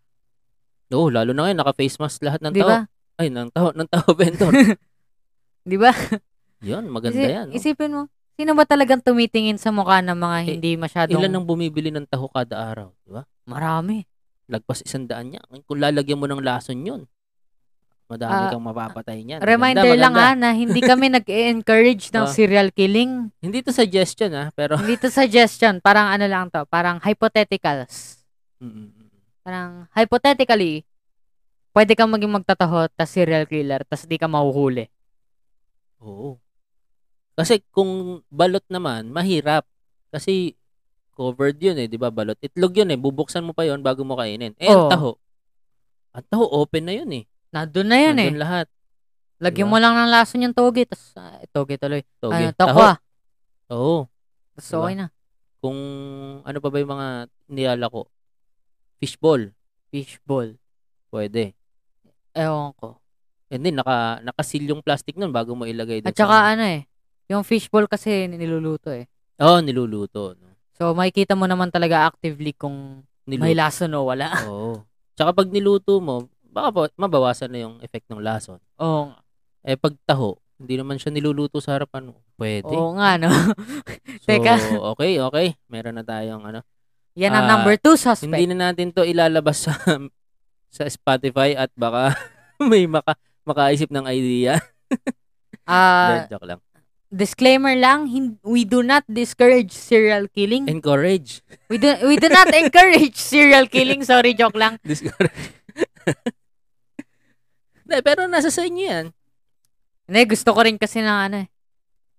S1: Oo, lalo na ngayon, naka-face mask lahat ng
S2: Di
S1: taho.
S2: ba?
S1: Ay, ng taho, ng taho vendor.
S2: Di ba?
S1: Yun, maganda
S2: Isi-
S1: yan. no?
S2: Isipin mo, sino ba talagang tumitingin sa mukha ng mga
S1: Eh,
S2: hindi masyadong
S1: Ilan ang bumibili ng taho kada araw, di ba?
S2: marami?
S1: lagpas isang daan niya. Kung lalagyan mo ng lason yun, madami
S2: Ah,
S1: kang mapapatay niyan.
S2: Reminder
S1: Maganda,
S2: lang ah. ha,
S1: maganda.
S2: na hindi kami nag-encourage ng
S1: Ah.
S2: serial killing.
S1: Hindi to suggestion ha, pero...
S2: Hindi to suggestion, parang ano lang to, parang hypotheticals.
S1: Mm-mm.
S2: Parang hypothetically, pwede kang maging magtataho, tas serial killer, tas di ka mahuhuli.
S1: Oo. Kasi kung balot naman, mahirap. Kasi covered yun eh, di ba? Balot. Itlog yun eh. Bubuksan mo pa yun bago mo kainin. Eh, ang
S2: Oo.
S1: taho. Ang taho, open na yun eh.
S2: Nandun na yun
S1: Nandun
S2: eh.
S1: lahat.
S2: Lagyan
S1: diba?
S2: mo lang ng lason yung toge, tas ah, toge tuloy.
S1: Toge.
S2: Ano, takwa.
S1: Oo.
S2: Tas
S1: Diba?
S2: okay na.
S1: Kung ano pa ba yung mga niyala ko? Fishball.
S2: Fishball.
S1: Pwede.
S2: Ewan ko.
S1: And then, naka, nakasil yung plastic nun bago mo ilagay doon.
S2: At saka
S1: sa-
S2: ano eh, yung fishball kasi niluluto eh.
S1: Oo, niluluto. No?
S2: So makikita mo naman talaga actively kung may
S1: Niluto.
S2: lason o wala.
S1: Oo. Tsaka pag niluto mo, baka po- mabawasan na yung effect ng lason.
S2: Oo, nga-
S1: Eh, pag taho, hindi naman siya niluluto sa harapan mo. Pwede.
S2: oo nga no.
S1: So,
S2: Teka.
S1: okay, okay. Meron na tayong ano.
S2: Yan ang
S1: Ah,
S2: number two suspect.
S1: Hindi na natin to ilalabas sa, sa Spotify at baka may maka, makaisip ng idea.
S2: Ah,
S1: Hindi, joke lang.
S2: disclaimer lang, hin- we do not discourage serial killing.
S1: Encourage.
S2: We do we do not encourage serial killing. Sorry, joke lang.
S1: Discourage. Hindi, pero nasa sa inyo yan.
S2: Hindi, gusto ko rin kasi ng ano eh.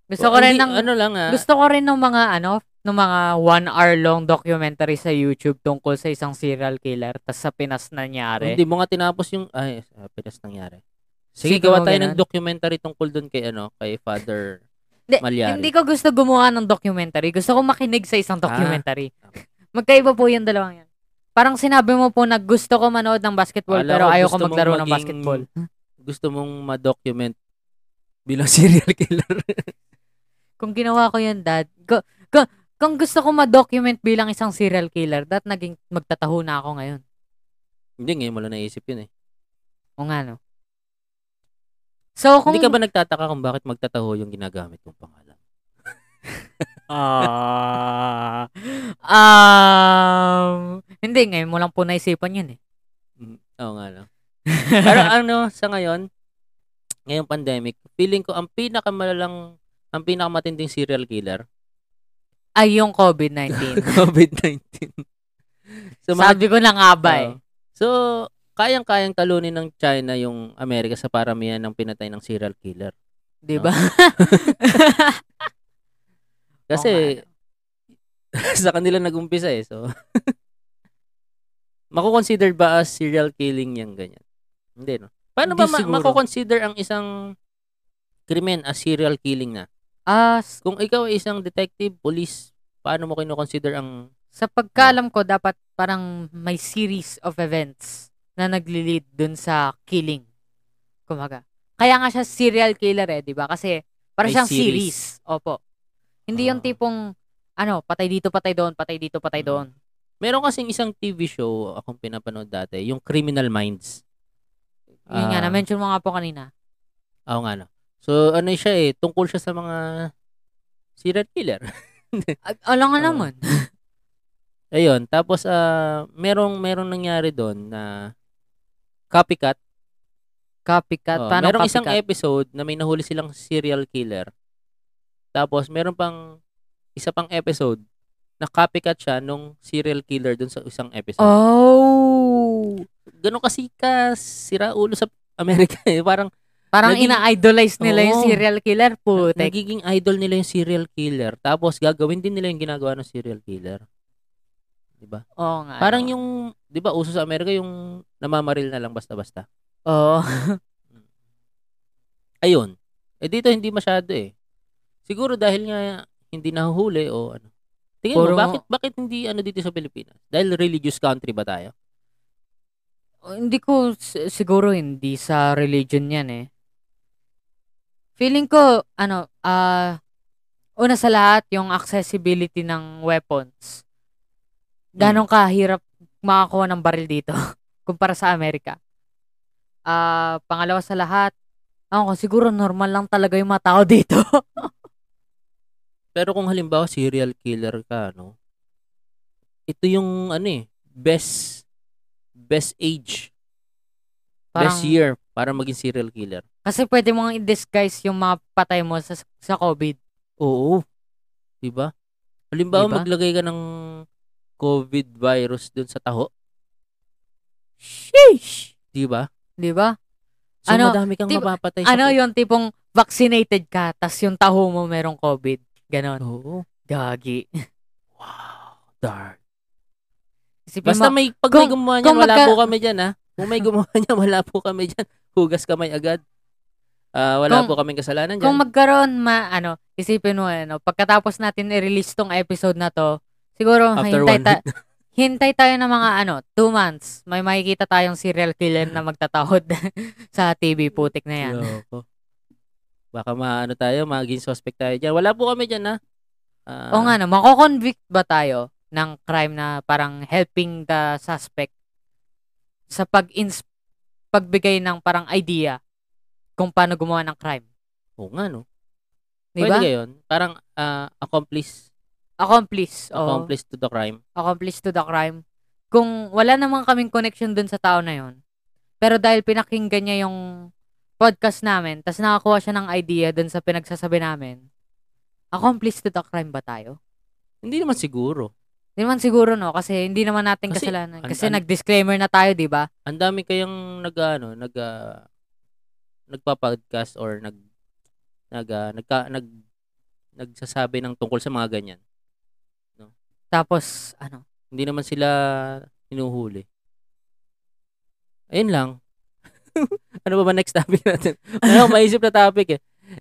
S2: Gusto ko
S1: Hindi,
S2: rin ng,
S1: Ano lang ah.
S2: gusto ko rin ng mga ano, ng mga one hour long documentary sa YouTube tungkol sa isang serial killer tas sa Pinas nangyari.
S1: Hindi mo nga tinapos yung... Ay, ah, pinas nangyari. Sige,
S2: Sige,
S1: gawa
S2: mga
S1: tayo ng
S2: ganun.
S1: documentary tungkol doon kay ano, kay Father
S2: Hindi,
S1: Malyari.
S2: Hindi ko gusto gumawa ng documentary. Gusto ko makinig sa
S1: Ah,
S2: isang documentary. Magkaiba po yung dalawang yan. Parang sinabi mo po na gusto ko manood ng basketball
S1: Akala
S2: pero
S1: ko
S2: ayaw ko
S1: gusto mong
S2: maglaro ng
S1: maging-
S2: basketball.
S1: Gusto mong ma-document bilang serial killer.
S2: Kung ginawa ko yun, dad, ko, ko- kung gusto ko ma-document bilang isang serial killer, that naging magtataho na ako ngayon.
S1: hindi, ngayon mo lang naisip yun eh.
S2: O nga, no? So, kung...
S1: Hindi ka ba nagtataka kung bakit magtataho yung ginagamit kong pangalan?
S2: Ah. um, hindi, ngayon mo lang po naisipan yun eh.
S1: Mm, Oo nga no. Pero ano, sa ngayon, ngayong pandemic, feeling ko ang pinakamalalang, ang pinakamatinding serial killer,
S2: Ay, yung COVID-19.
S1: COVID-19. so, mga-
S2: Sabi ko na nga ba eh.
S1: Oo. So, kayang-kayang talunin ng China yung Amerika sa paramihan ng pinatay ng serial killer.
S2: Di ba?
S1: Kasi, sa kanila nag-umpisa eh. So, makukonsider ba as serial killing yung ganyan? Hindi, no? Paano ba
S2: Hindi
S1: ma-
S2: siguro.
S1: makukonsider ang isang krimen as serial killing na?
S2: Ah, s-
S1: Kung ikaw ay isang detective, police, paano mo kinoconsider ang...
S2: sa pagkaalam ko, dapat parang may series of events na nagli-lead dun sa killing. Kumaga. Kaya nga siya serial killer eh, di ba? Kasi
S1: May
S2: parang siyang
S1: series.
S2: series. Opo. Hindi yung
S1: Ah.
S2: tipong, ano, patay dito, patay doon, patay dito, patay
S1: Mm.
S2: doon.
S1: Meron kasing isang TV show akong pinapanood dati, yung Criminal Minds.
S2: Yun nga,
S1: Ah.
S2: na-mention mo nga po kanina.
S1: Oo nga, no. So, ano siya eh, tungkol siya sa mga serial killer.
S2: Ag- Alam ano nga
S1: Oo.
S2: naman.
S1: Ayun, tapos ah merong, merong nangyari doon na copycat.
S2: Copycat.
S1: Oo, Oh,
S2: paano
S1: merong
S2: copycat?
S1: isang episode na may nahuli silang serial killer. Tapos, meron pang isa pang episode na copycat siya nung serial killer doon sa isang episode.
S2: oh!
S1: Ganon kasi ka sira ulo sa Amerika eh. Parang
S2: Parang
S1: Naging- Oh.
S2: ina-idolize nila yung
S1: Oo.
S2: serial killer. Putek.
S1: nagiging idol nila yung serial killer. Tapos, gagawin din nila yung ginagawa ng serial killer. Diba?
S2: Oo nga.
S1: Parang
S2: no?
S1: yung, 'di ba, uso sa Amerika yung namamaril na lang basta-basta.
S2: Oo.
S1: Ayun. Eh dito hindi masyado eh. Siguro dahil nga hindi nahuhuli o ano. Tingin
S2: Puro-
S1: mo bakit bakit hindi ano dito sa Pilipinas? Dahil religious country ba tayo?
S2: hindi ko s- siguro hindi sa religion yan eh. Feeling ko ano, ah una sa lahat yung accessibility ng weapons. Ganon kahirap makakuha ng baril dito kumpara sa Amerika. Ah, pangalawa sa lahat, ako siguro normal lang talaga yung mga tao dito.
S1: Pero kung halimbawa serial killer ka, no? Ito yung ano eh, best best age,
S2: Parang,
S1: best year para maging serial killer.
S2: kasi pwede mong i-disguise yung mga patay mo sa sa COVID.
S1: Oo. 'Di ba? Halimbawa
S2: Diba?
S1: maglagay ka ng COVID virus dun sa taho,
S2: Sheesh!
S1: 'di ba?
S2: 'Di ba?
S1: So
S2: Ano,
S1: madami kang
S2: di ba-
S1: mapapatay sa
S2: ano yung tipong vaccinated ka, tas yung taho mo merong COVID. Ganon.
S1: Oo.
S2: Gagi.
S1: Wow. Dark.
S2: Isipin
S1: Basta
S2: mo,
S1: may, pag may
S2: kung-
S1: gumawa niya,
S2: kung
S1: wala
S2: magka-
S1: po kami dyan, ha? Kung may gumawa niya, wala po kami dyan. Hugas kamay agad. Ah, wala
S2: Kung-
S1: po kaming kasalanan dyan.
S2: kung magkaroon ma, ano, isipin mo, ano, pagkatapos natin i-release tong episode na to, siguro
S1: After
S2: hintay,
S1: one
S2: ta- hintay tayo ng mga, ano, two months. May makikita tayong serial killer na magtatahod sa TV putik na yan.
S1: Loko. Baka maano tayo, maging suspect tayo dyan. Wala po kami dyan, ha? Ah,
S2: O nga, no, makoconvict ba tayo ng crime na parang helping the suspect sa pag pagbigay ng parang idea kung paano gumawa ng crime?
S1: Oo nga, no?
S2: Di
S1: Pwede
S2: ba?
S1: gayon. Parang ah, accomplice.
S2: Accomplice. o
S1: Accomplice to the crime.
S2: accomplice to the crime. Kung wala naman kaming connection dun sa tao na yon pero dahil pinakinggan niya yung podcast namin, tas nakakuha siya ng idea dun sa pinagsasabi namin, accomplice to the crime ba tayo?
S1: Hindi naman siguro.
S2: Hindi naman siguro, no? Kasi hindi naman natin
S1: Kasi,
S2: kasalanan.
S1: an-
S2: Kasi
S1: an-
S2: nag-disclaimer na tayo, di ba?
S1: Ang dami kayang nag, ano, nag, ah, nagpa-podcast or nag nag ah, nagka, nag nagsasabi ng tungkol sa mga ganyan.
S2: Tapos, ano,
S1: Hindi naman sila hinuhuli. Ayun lang. ano ba ba next topic natin? Wala akong maisip na topic eh.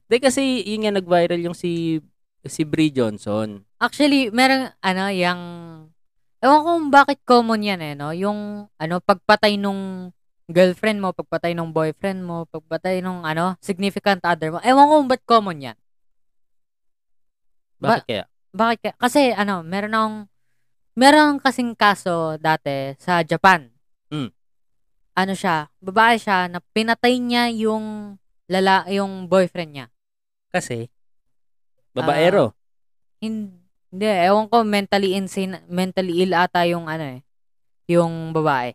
S1: Hindi kasi yun nga nag-viral yung si si Brie Johnson.
S2: actually, merang, ano, yung, ewan kung bakit common yan eh, no? Yung, ano, pagpatay nung girlfriend mo, pagpatay nung boyfriend mo, pagpatay nung, ano, significant other mo. Ewan ko kung ba't common yan.
S1: Bakit
S2: Ba-
S1: kaya?
S2: Bakit? Ka? Kasi ano, meron akong meron kasing kaso dati sa Japan.
S1: Mm.
S2: Ano siya, babae siya na pinatay niya yung lala yung boyfriend niya.
S1: Kasi babaero.
S2: Hin- Hindi, ewan ko mentally insane, mentally ill ata yung ano eh, yung babae.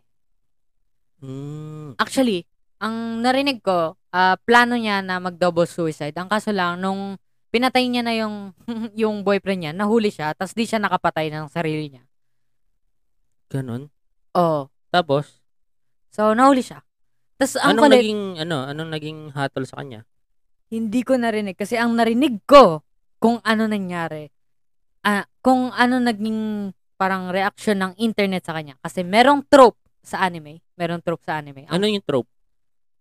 S1: Mm.
S2: Actually, ang narinig ko, ah, plano niya na mag-double suicide. Ang kaso lang nung pinatay niya na yung yung boyfriend niya, nahuli siya, tapos di siya nakapatay ng sarili niya.
S1: Ganon.
S2: Oo.
S1: Tapos,
S2: So, nahuli siya. Tapos, ang
S1: anong
S2: kulit,
S1: naging ano, anong naging hatol sa kanya?
S2: hindi ko narinig. Kasi ang narinig ko, kung ano nangyari. Ah, kung ano naging parang reaction ng internet sa kanya. Kasi merong trope sa anime. Merong trope sa anime. Ang-
S1: Ano yung trope?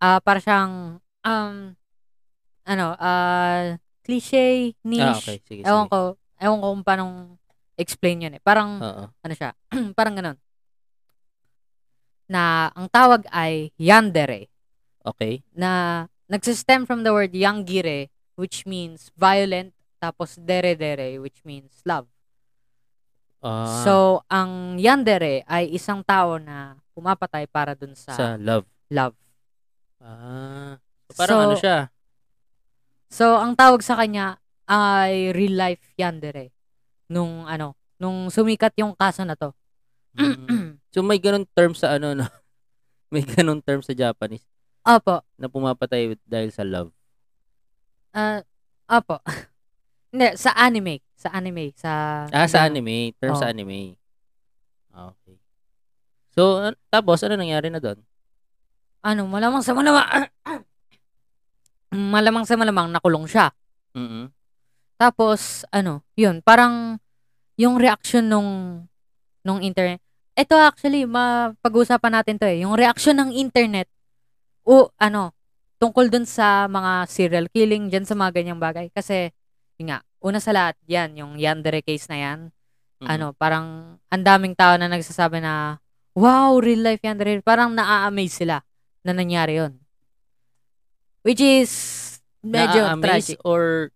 S2: Ah, para siyang, um, ano, ah, cliche, niche.
S1: Ah, okay, sige.
S2: Ewan
S1: sige. Ah.
S2: ko, ewan ko kung paano explain yun eh. Parang,
S1: Oo.
S2: ano siya, parang ganun. Na, ang tawag ay yandere.
S1: Okay.
S2: na nagsistem from the word yangire, which means violent, tapos dere-dere, which means love.
S1: Ah,
S2: So, ang yandere ay isang tao na pumapatay para dun sa,
S1: sa love.
S2: love.
S1: Ah. So, parang
S2: So,
S1: ano siya?
S2: So, ang tawag sa kanya ay real life yandere. Nung ano, nung sumikat yung kaso na to.
S1: Mm. so may ganun term sa ano no. May ganun term sa Japanese
S2: Opo.
S1: na pumapatay with- dahil sa love.
S2: ah, opo. Hindi, sa anime. Sa anime. Sa,
S1: Ah, sa
S2: ano.
S1: anime, term sa
S2: Oo.
S1: anime. Ah, Okay. So, an- tapos ano nangyari na doon?
S2: Ano, malamang sa malamang. malamang sa malamang nakulong siya.
S1: Mm.
S2: Tapos, ano, yun, parang yung reaction nung, nung internet. Ito actually, mapag-usapan natin to eh. Yung reaction ng internet, o ano, tungkol dun sa mga serial killing, dyan sa mga ganyang bagay. Kasi, yun nga, una sa lahat, yan, yung Yandere case na yan.
S1: Mhm.
S2: Ano, parang ang daming tao na nagsasabi na, wow, real life Yandere. Parang naa-amaze sila na nangyari yun. Which is, medyo
S1: Na-amaze
S2: tragic.
S1: or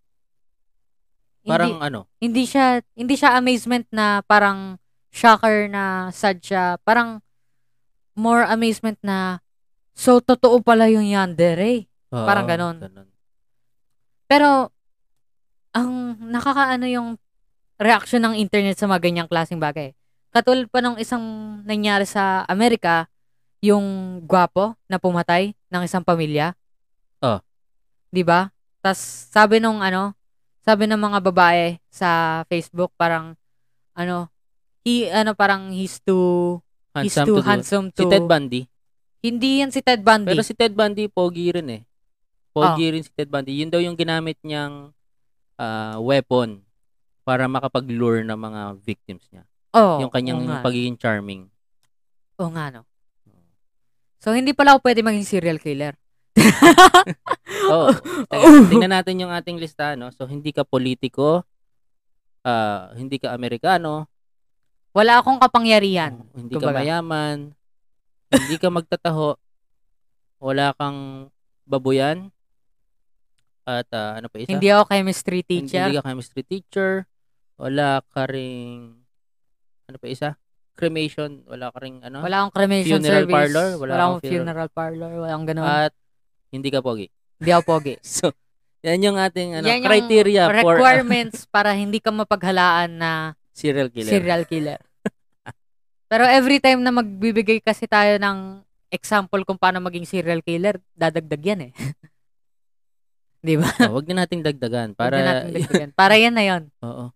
S2: Hindi-
S1: parang ano?
S2: hindi siya hindi siya amazement na parang shocker na sad siya. Parang more amazement na so totoo pala yung yandere.
S1: Oo,
S2: parang ganun. Pero ang nakakaano yung reaction ng internet sa mga ganyang klaseng bagay. Katulad pa nung isang nangyari sa Amerika, yung gwapo na pumatay ng isang pamilya.
S1: Oh.
S2: 'Di ba? Tas sabi nung ano, sabi ng mga babae sa Facebook parang ano, he ano parang he's too he's
S1: Handsome to
S2: too
S1: do.
S2: handsome
S1: Si
S2: to
S1: Ted Bundy.
S2: Hindi Ah. yan si Ted Bundy.
S1: Pero si Ted Bundy, pogi rin eh. Pogi rin si Ted Bundy. Yun daw yung ginamit niyang ah, weapon para makapag-lure ng mga victims niya.
S2: Oo,
S1: yung kanyang
S2: Oh, oo nga.
S1: pagiging charming.
S2: Oo nga, no. So, hindi pala ako pwede maging serial killer.
S1: Oo. Teka, tingnan natin yung ating lista, no? So, hindi ka politiko, ah, hindi ka Amerikano,
S2: Wala akong kapangyarihan.
S1: oh, hindi
S2: kumbaga.
S1: ka mayaman, hindi ka magtataho, wala kang babuyan, at ah, ano pa isa?
S2: Hindi ako chemistry
S1: Hindi-
S2: teacher.
S1: Hindi ka chemistry teacher. Wala ka ring, ano pa isa? Cremation. Wala ka ring, ano?
S2: Wala akong cremation
S1: Funeral
S2: service.
S1: parlor? Wala
S2: Wala,
S1: akong Ah.
S2: akong funeral parlor. Wala akong ganun.
S1: At hindi ka pogi.
S2: Hindi ako pogi.
S1: So, yan yung ating ano,
S2: Yan yung
S1: criteria for a
S2: Requirements para hindi ka mapaghalaan na
S1: serial killer.
S2: serial killer. Pero every time na magbibigay kasi tayo ng example kung paano maging serial killer, dadagdag yan eh.
S1: Oh, wag na nating dagdagan
S2: Para,
S1: para
S2: natin dagdagan. para yan na yun.
S1: Oo.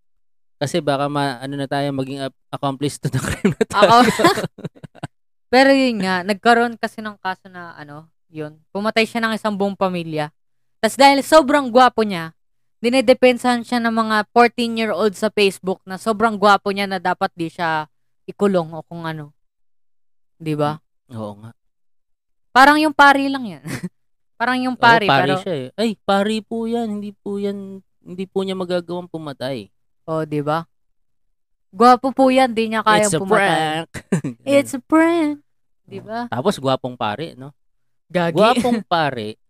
S1: Kasi baka ma, ano na tayo maging ap- accomplice to the crime na tayo.
S2: Ako. Pero yun nga, nagkaroon kasi ng kaso na ano, yun. Pumatay siya ng isang buong pamilya. Tapos dahil sobrang gwapo niya, dinedepensahan siya ng mga 14-year-old sa Facebook na sobrang gwapo niya na dapat di siya ikulong o kung ano. 'Di ba?
S1: Oo nga.
S2: Parang yung pari lang 'yan. Parang yung
S1: Oo,
S2: pari,
S1: pari
S2: pero
S1: siya eh. Ay, pari po yan. Hindi po yan, hindi po niya magagawang pumatay.
S2: oh, 'di ba? Gwapo po 'yan, di niya kaya
S1: It's a
S2: pumatay.
S1: prank.
S2: It's a prank. 'Di ba?
S1: Tapos gwapong pare, no?
S2: Gagi.
S1: Gwapong pare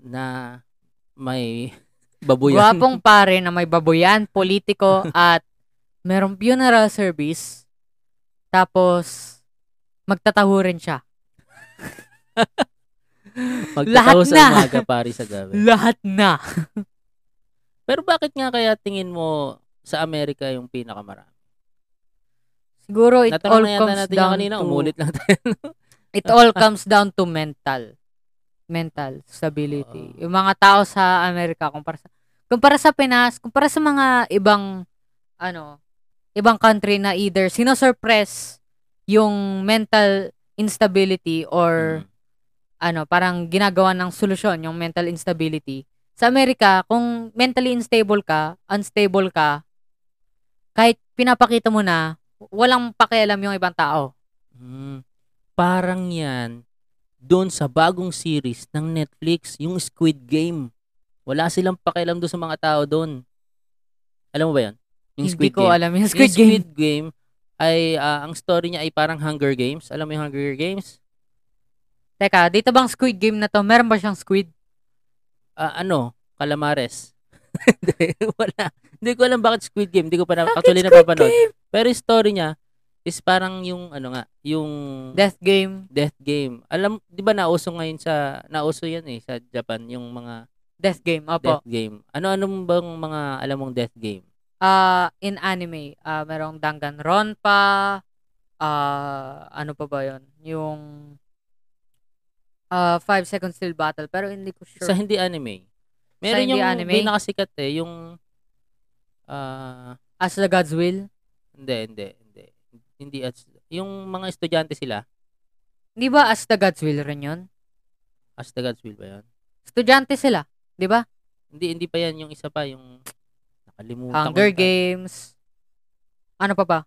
S1: na may babuyan.
S2: Gwapong pare na may baboyan, politiko, at merong funeral service. Tapos, magtataho rin siya. lahat
S1: Magtataw sa
S2: na.
S1: umaga, pare sa gabi.
S2: Lahat na.
S1: Pero bakit nga kaya tingin mo sa Amerika yung pinakamarami?
S2: Siguro it all
S1: Natanong na yata
S2: comes
S1: natin
S2: down
S1: yung kanina,
S2: to...
S1: umulit lang tayo.
S2: It all comes down to mental. Mental stability.
S1: Oo.
S2: Yung mga tao sa Amerika, kumpara sa, kumpara sa Pinas, kumpara sa mga ibang, ano, ibang country na either sinosurpress yung mental instability or
S1: Mm.
S2: ano, parang ginagawa ng solusyon yung mental instability. Sa Amerika, kung mentally unstable ka, unstable ka, kahit pinapakita mo na, walang pakialam yung ibang tao.
S1: Mm. Parang yan, doon sa bagong series ng Netflix, yung Squid Game. Wala silang pakialam doon sa mga tao doon. Alam mo ba yan? Yung
S2: Hindi ko alam yung
S1: Yung
S2: Squid Game.
S1: Squid Game ay, ah, ang story niya ay parang Hunger Games. Alam mo yung Hunger Games?
S2: Teka, dito bang Squid Game na to? Meron ba siyang squid?
S1: Ah, ano? Calamares. Hindi, wala. Hindi ko alam bakit Ah, Squid Game. Hindi ko pa na, actually napapanood.
S2: Game?
S1: Pero yung story niya is parang yung, ano nga, yung...
S2: Death Game.
S1: Death Game. Alam, 'di ba nauso ngayon sa nauso 'yan eh sa Japan yung mga
S2: Death Game,
S1: death
S2: opo.
S1: game. Ano-ano bang mga alam mong death game?
S2: Ah, in anime, ah merong Danganronpa, ah ano pa ba yon Yung ah Five Seconds Till Battle, pero hindi ko sure.
S1: Sa hindi anime. Meron
S2: hindi
S1: yung
S2: anime?
S1: nakasikat eh yung ah
S2: As the God's Will.
S1: hindi, hindi, hindi. Hindi at yung mga estudyante sila,
S2: Di ba as the God's will rin yun?
S1: as the gods will ba 'yan?
S2: Estudyante sila, di ba?
S1: Hindi hindi pa 'yan yung isa pa yung nakalimutan ko
S2: Hunger
S1: yung title.
S2: Games. Ano pa pa?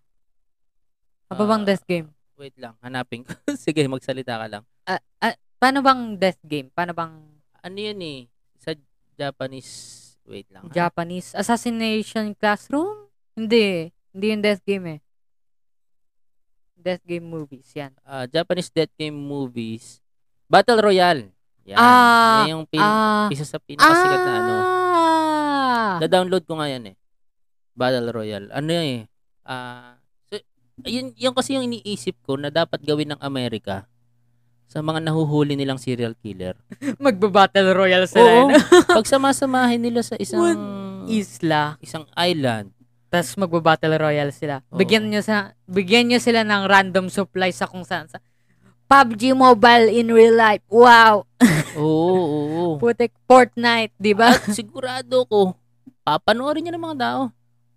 S2: Ano pa bang
S1: Ah,
S2: death game?
S1: Wait lang, hanapin ko. Sige, magsalita ka lang.
S2: Ah, ah, paano bang death game? Paano bang
S1: Ano 'yun eh sa Japanese wait lang. ha?
S2: Japanese? Assassination Classroom? Hindi. Hindi yung death game eh. Death game movies, yan.
S1: uh, Japanese death game movies, Battle Royale. Yan.
S2: Ah,
S1: yan yung pin-
S2: Ah,
S1: isa sa pinakasikat na ano.
S2: ah,
S1: Na-download ko nga yan eh. Battle Royale. Ano yan eh. Ah, so, yun, yun kasi yung iniisip ko na dapat gawin ng Amerika sa mga nahuhuli nilang serial killer.
S2: magbabattle royale
S1: Oo.
S2: sila. Oo.
S1: Pag samasamahin nila sa isang
S2: Isla.
S1: isang island,
S2: Tapos magbabattle royale sila.
S1: Oo.
S2: Bigyan nyo sa bigyan nyo sila ng random supply sa kung saan sa PUBG Mobile in real life. Wow.
S1: oo, oo, oo.
S2: Putik Fortnite, 'di ba?
S1: At sigurado ko, papanoorin niya ng mga tao.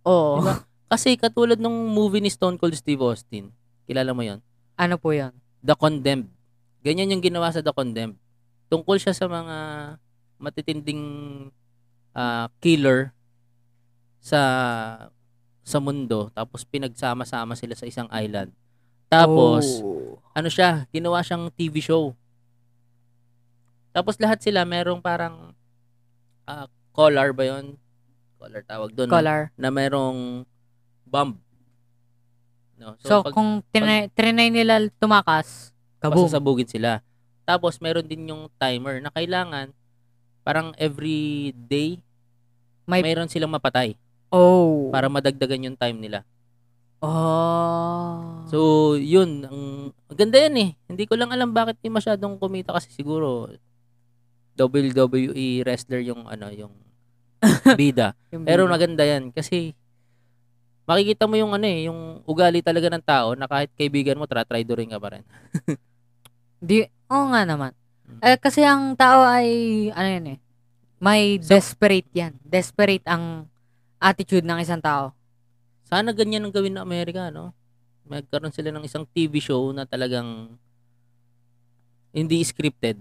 S2: Oo.
S1: Diba? Kasi katulad nung movie ni Stone Cold Steve Austin, kilala mo yon
S2: Ano po 'yon?
S1: The Condemned. Ganyan yung ginawa sa The Condemned. Tungkol siya sa mga matitinding ah, killer sa sa mundo tapos pinagsama-sama sila sa isang island. Tapos
S2: Oh.
S1: ano siya, ginawa siyang TV show. Tapos lahat sila merong parang ah, collar ba 'yon? Collar tawag doon. no?
S2: collar.
S1: na merong bomb. No?
S2: So,
S1: pag
S2: kung trinay, trinay nila tumakas, kaboom.
S1: pasasabugin sila. Tapos, meron din yung timer na kailangan parang every day
S2: May-
S1: mayroon silang mapatay
S2: Oh.
S1: para madagdagan yung time nila.
S2: oh.
S1: So, yun. Ang, ang ganda yan eh. Hindi ko lang alam bakit di masyadong kumita kasi siguro WWE wrestler yung ano, yung bida.
S2: Yung
S1: Pero
S2: bilis.
S1: maganda yan kasi makikita mo yung ano eh, yung ugali talaga ng tao na kahit kaibigan mo, tratraidorin ka pa rin.
S2: Di, oo nga naman.
S1: Mm.
S2: Eh, kasi ang tao ay, ano yan eh, may
S1: So-
S2: desperate yan. Desperate ang attitude ng isang tao.
S1: Sana ganyan ang gawin ng Amerika, no? Magkaroon sila ng isang TV show na talagang hindi scripted.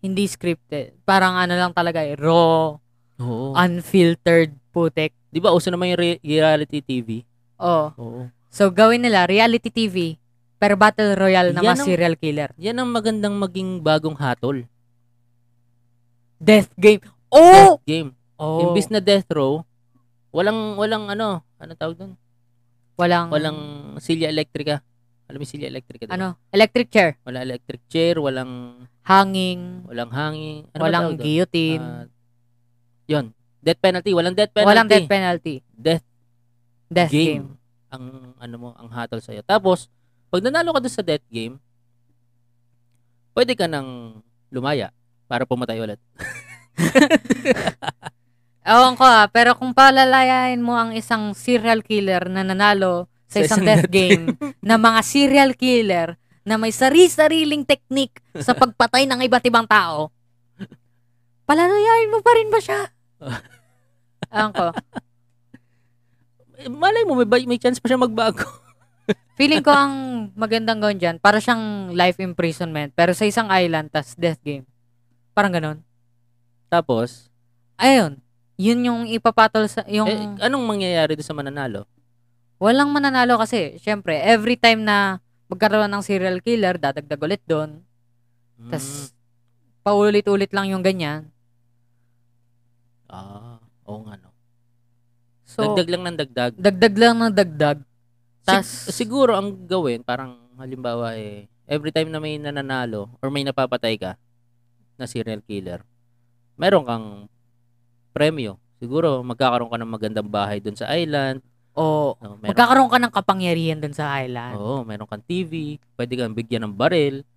S2: Hindi scripted. Parang ano lang talaga eh, raw,
S1: Oo.
S2: unfiltered putek.
S1: Ah, Di ba uso naman yung re- reality TV?
S2: Oh.
S1: Oo.
S2: So gawin nila reality TV pero battle royale na
S1: Yan
S2: mas
S1: ang-
S2: serial killer.
S1: Yan ang magandang maging bagong hatol.
S2: Death game. Oh!
S1: Death game.
S2: Oh.
S1: Imbis na death row, walang, walang ano, ano tawag doon?
S2: walang
S1: Walang silya electrica. Alam mo yung silya electrica? Diba?
S2: ano, electric chair,
S1: Wala electric chair, walang,
S2: hanging,
S1: walang hangin. Ano ba
S2: walang
S1: tawag doon?
S2: guillotine,
S1: Ah, yun. Death penalty. Walang death penalty.
S2: walang death penalty.
S1: Death
S2: Death
S1: game.
S2: game.
S1: Ang ano mo, ang hatol sa'yo. Tapos, pag nanalo ka doon sa death game, pwede ka nang lumaya para pumatay ulit.
S2: Ewan ko ah, pero kung palalayain mo ang isang serial killer na nanalo
S1: Sa
S2: sa
S1: isang
S2: isang, death game na mga serial killer na may sari-sariling teknik sa pagpatay ng iba't ibang tao, palalayain mo pa rin ba siya? Ewan ko.
S1: Eh, Malay mo, may, ba- may chance pa siya magbago.
S2: Feeling ko ang magandang gawin dyan, para siyang life imprisonment, pero sa isang island, tas death game. Parang ganon.
S1: Tapos,
S2: Ayun. Yun yung ipapatol sa, yung...
S1: eh, anong mangyayari doon sa mananalo?
S2: Walang mananalo kasi, syempre, every time na magkaroon ng serial killer, dadagdag ulit doon.
S1: Mm,
S2: Tapos, paulit-ulit lang yung ganyan.
S1: ah, oo nga no.
S2: So,
S1: dagdag lang ng dagdag.
S2: dagdag lang ng dagdag. Tas,
S1: Sig- siguro ang gawin, parang halimbawa eh, every time na may nananalo or may napapatay ka na serial killer, meron kang premyo. Siguro magkakaroon ka ng magandang bahay doon sa island.
S2: o,
S1: No, meron,
S2: magkakaroon ka ng kapangyarihan doon sa island.
S1: Oo, meron kang TV. Pwede kang bigyan ng baril.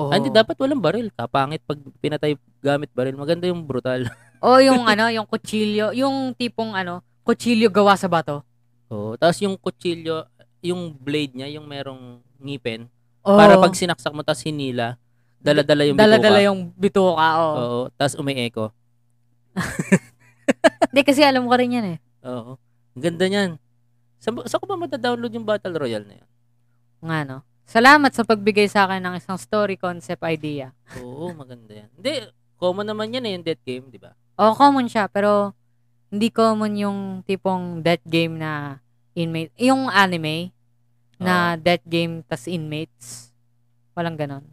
S2: Oo.
S1: Ah, Hindi, dapat walang baril. Kapangit pag pinatay gamit baril. Maganda yung brutal.
S2: o, yung ano, yung kutsilyo, yung tipong ano, kutsilyo gawa sa bato.
S1: Oo. Tapos yung kutsilyo, yung blade niya, yung merong ngipin,
S2: Oo.
S1: para pag sinaksak mo tapos hinila, dala-dala yung bituka. Oh.
S2: Dala-dala yung bituka, oo.
S1: Oo, tapos umi-echo.
S2: Hindi kasi alam ko rin yan eh.
S1: Oo. Ang ganda niyan. Sa, sa ko ba madadownload yung Battle Royale na yan?
S2: Nga no. Salamat sa pagbigay sa akin ng isang story concept idea.
S1: Oo, maganda yan. Hindi, common naman yan eh, yung death game, di ba?
S2: O, Oh, common siya, pero hindi common yung tipong death game na inmate. Yung anime na death game tas inmates. Walang ganon.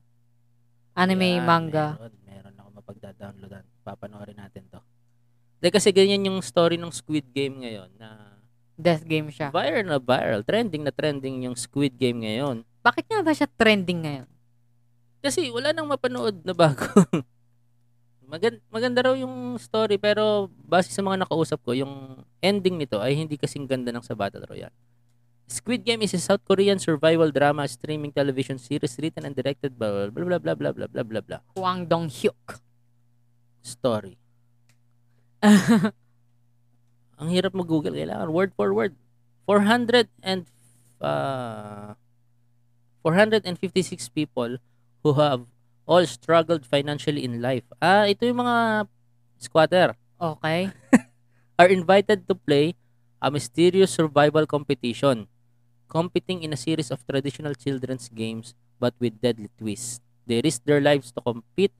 S2: Anime,
S1: Yan,
S2: manga.
S1: Meron, meron ako mapagda-downloadan. Papanoorin natin to. Hindi kasi ganyan yung story ng Squid Game ngayon na
S2: Death game siya.
S1: viral na viral, trending na trending yung Squid Game ngayon.
S2: Bakit nga ba siya trending ngayon?
S1: Kasi wala nang mapanood na bago. Magan- maganda raw yung story pero base sa mga nakausap ko, yung ending nito ay hindi kasing ganda ng sa Battle Royale. Squid Game is a South Korean survival drama streaming television series written and directed by blah blah blah blah blah blah blah blah.
S2: Huang Dong-hyuk.
S1: Story. Ang hirap mag-google. Kailangan word for word. 400 and uh, 456 people who have all struggled financially in life. Ah, ito yung mga squatter
S2: okay.
S1: are invited to play a mysterious survival competition, competing in a series of traditional children's games but with deadly twists. They risk their lives to compete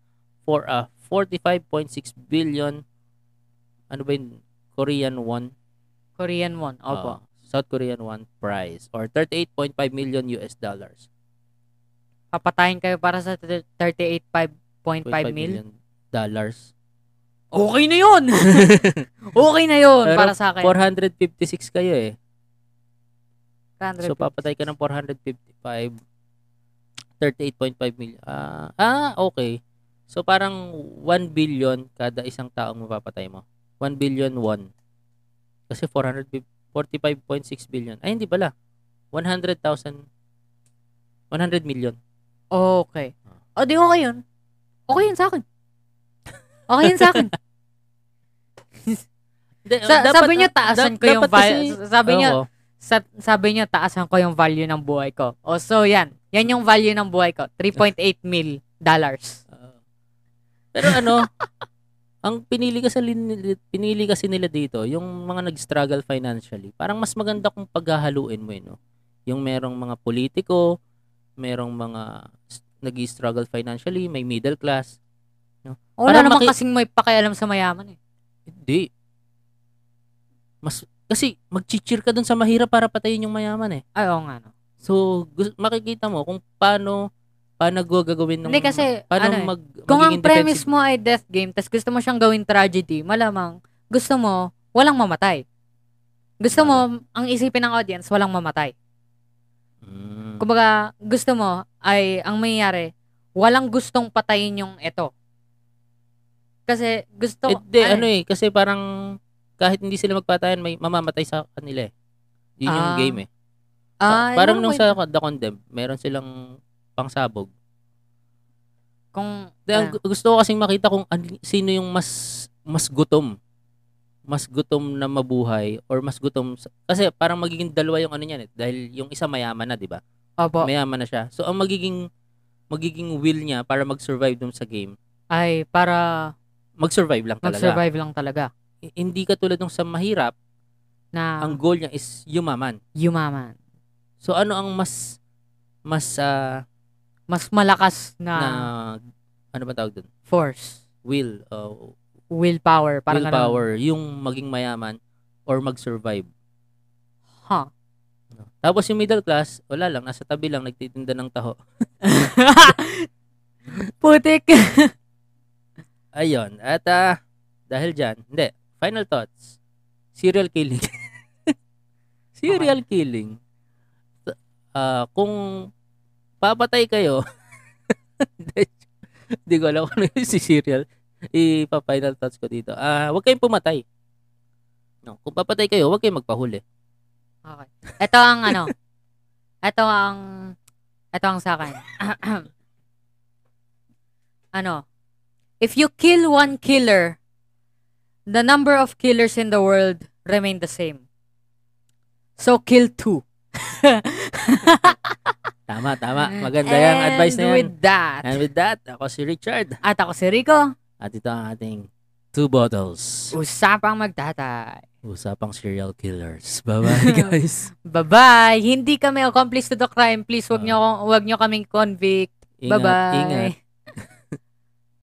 S1: for a 45.6 billion ano ba yun? Korean won?
S2: Korean one. Opo.
S1: Oo, Ah, South Korean won prize or 38.5 million US dollars.
S2: Papatayin kayo para sa 38.5
S1: 5
S2: mil.
S1: million dollars.
S2: Okay na yun! okay na yun
S1: Pero
S2: para sa akin.
S1: 456 kayo eh.
S2: 400.
S1: So, papatay ka ng 455, 38.5 million. Ah, ah, okay. So, parang 1 billion kada isang taong mapapatay mo. 1 billion won. Kasi 445.6 billion. Ay, hindi pala. 100,000. 100 million.
S2: Okay. O, di okay yun. Okay yun sa akin. Okay yun sa akin.
S1: Hindi,
S2: Sa-
S1: dapat-
S2: sabi niya, taasan
S1: da-
S2: ko yung
S1: dapat kasi-
S2: value. Sabi niya,
S1: Oo.
S2: sa, sabi niya, taasan ko yung value ng buhay ko. O, so yan. Yan yung value ng buhay ko. 3.8 mil dollars.
S1: Oo. Pero ano, ang pinili kasi lin- pinili kasi nila dito, yung mga nag-struggle financially. Parang mas maganda kung paghahaluin mo 'yun, no? Yung merong mga politiko, merong mga s- nag-struggle financially, may middle class.
S2: Wala
S1: Parang
S2: naman
S1: maki-
S2: kasing may pakialam sa mayaman eh.
S1: Hindi. Mas, kasi mag-cheer ka dun sa mahirap para patayin yung mayaman eh.
S2: Ay, oo nga. No.
S1: So, gus- makikita mo kung paano, paano gagawin ng...
S2: Hindi kasi,
S1: paano
S2: ano eh,
S1: mag,
S2: Kung ang
S1: magiging
S2: premise
S1: defensive.
S2: mo ay death game, tas gusto mo siyang gawin tragedy, malamang gusto mo walang mamatay. Gusto mo, ang isipin ng audience, walang mamatay.
S1: Mm.
S2: Kumbaga, gusto mo ay ang mangyayari, walang gustong patayin yung eto. Kasi gusto
S1: Eh, di, ano eh, kasi parang kahit hindi sila magpatayan, may mamamatay sa kanila eh. Yun yung
S2: Ah.
S1: game eh.
S2: ah,
S1: parang
S2: yun
S1: nung
S2: ang
S1: sa
S2: point.
S1: The Condemned, meron silang pangsabog.
S2: kung ah,
S1: Di, ang gu- gusto ko kasing makita kung an- sino yung mas mas gutom. Mas gutom na mabuhay or mas gutom sa- kasi parang magiging dalawa yung ano niyan eh dahil yung isa mayaman na, 'di ba?
S2: opo,
S1: Mayaman na siya. So ang magiging magiging will niya para mag-survive dun sa game.
S2: ay para
S1: Mag-survive lang talaga.
S2: mag-survive lang talaga
S1: H- Hindi katulad nung sa mahirap,
S2: na
S1: ang goal niya is yumaman.
S2: yumaman.
S1: So ano ang mas mas ah,
S2: Mas malakas
S1: na
S2: na,
S1: ano ba tawag dun?
S2: force,
S1: Will uh,
S2: willpower, parang ganun.
S1: willpower, yung maging mayaman or mag-survive.
S2: Ha.
S1: No. Tapos yung middle class, wala lang, nasa tabi lang, nagtitinda ng taho.
S2: Putik.
S1: Ayun. At ah, dahil dyan, hindi, final thoughts. Serial killing. serial killing. T- ah, kung papatay kayo, hindi hindi ko alam kung ano yung si serial. Ipa-final thoughts ko dito. Ah, huwag kayong pumatay. No, kung papatay kayo, huwag kayong magpahuli.
S2: Okay. Ito ang ano. Ito ang ito ang sa akin. ano? If you kill one killer, the number of killers in the world remain the same. So kill two.
S1: Tama, tama. Maganda yan.
S2: Mm. And
S1: Advice na yan.
S2: with that.
S1: And with that, ako si Richard.
S2: At ako si Rico,
S1: At ito ang ating two bottles.
S2: usapang magtatay.
S1: Usapang serial killers. Bye-bye, guys.
S2: Bye-bye. Hindi kami accomplice to the crime. Please wag
S1: Ah.
S2: niyo wag niyo kaming convict.
S1: Ingat,
S2: Bye-bye.
S1: Ingat.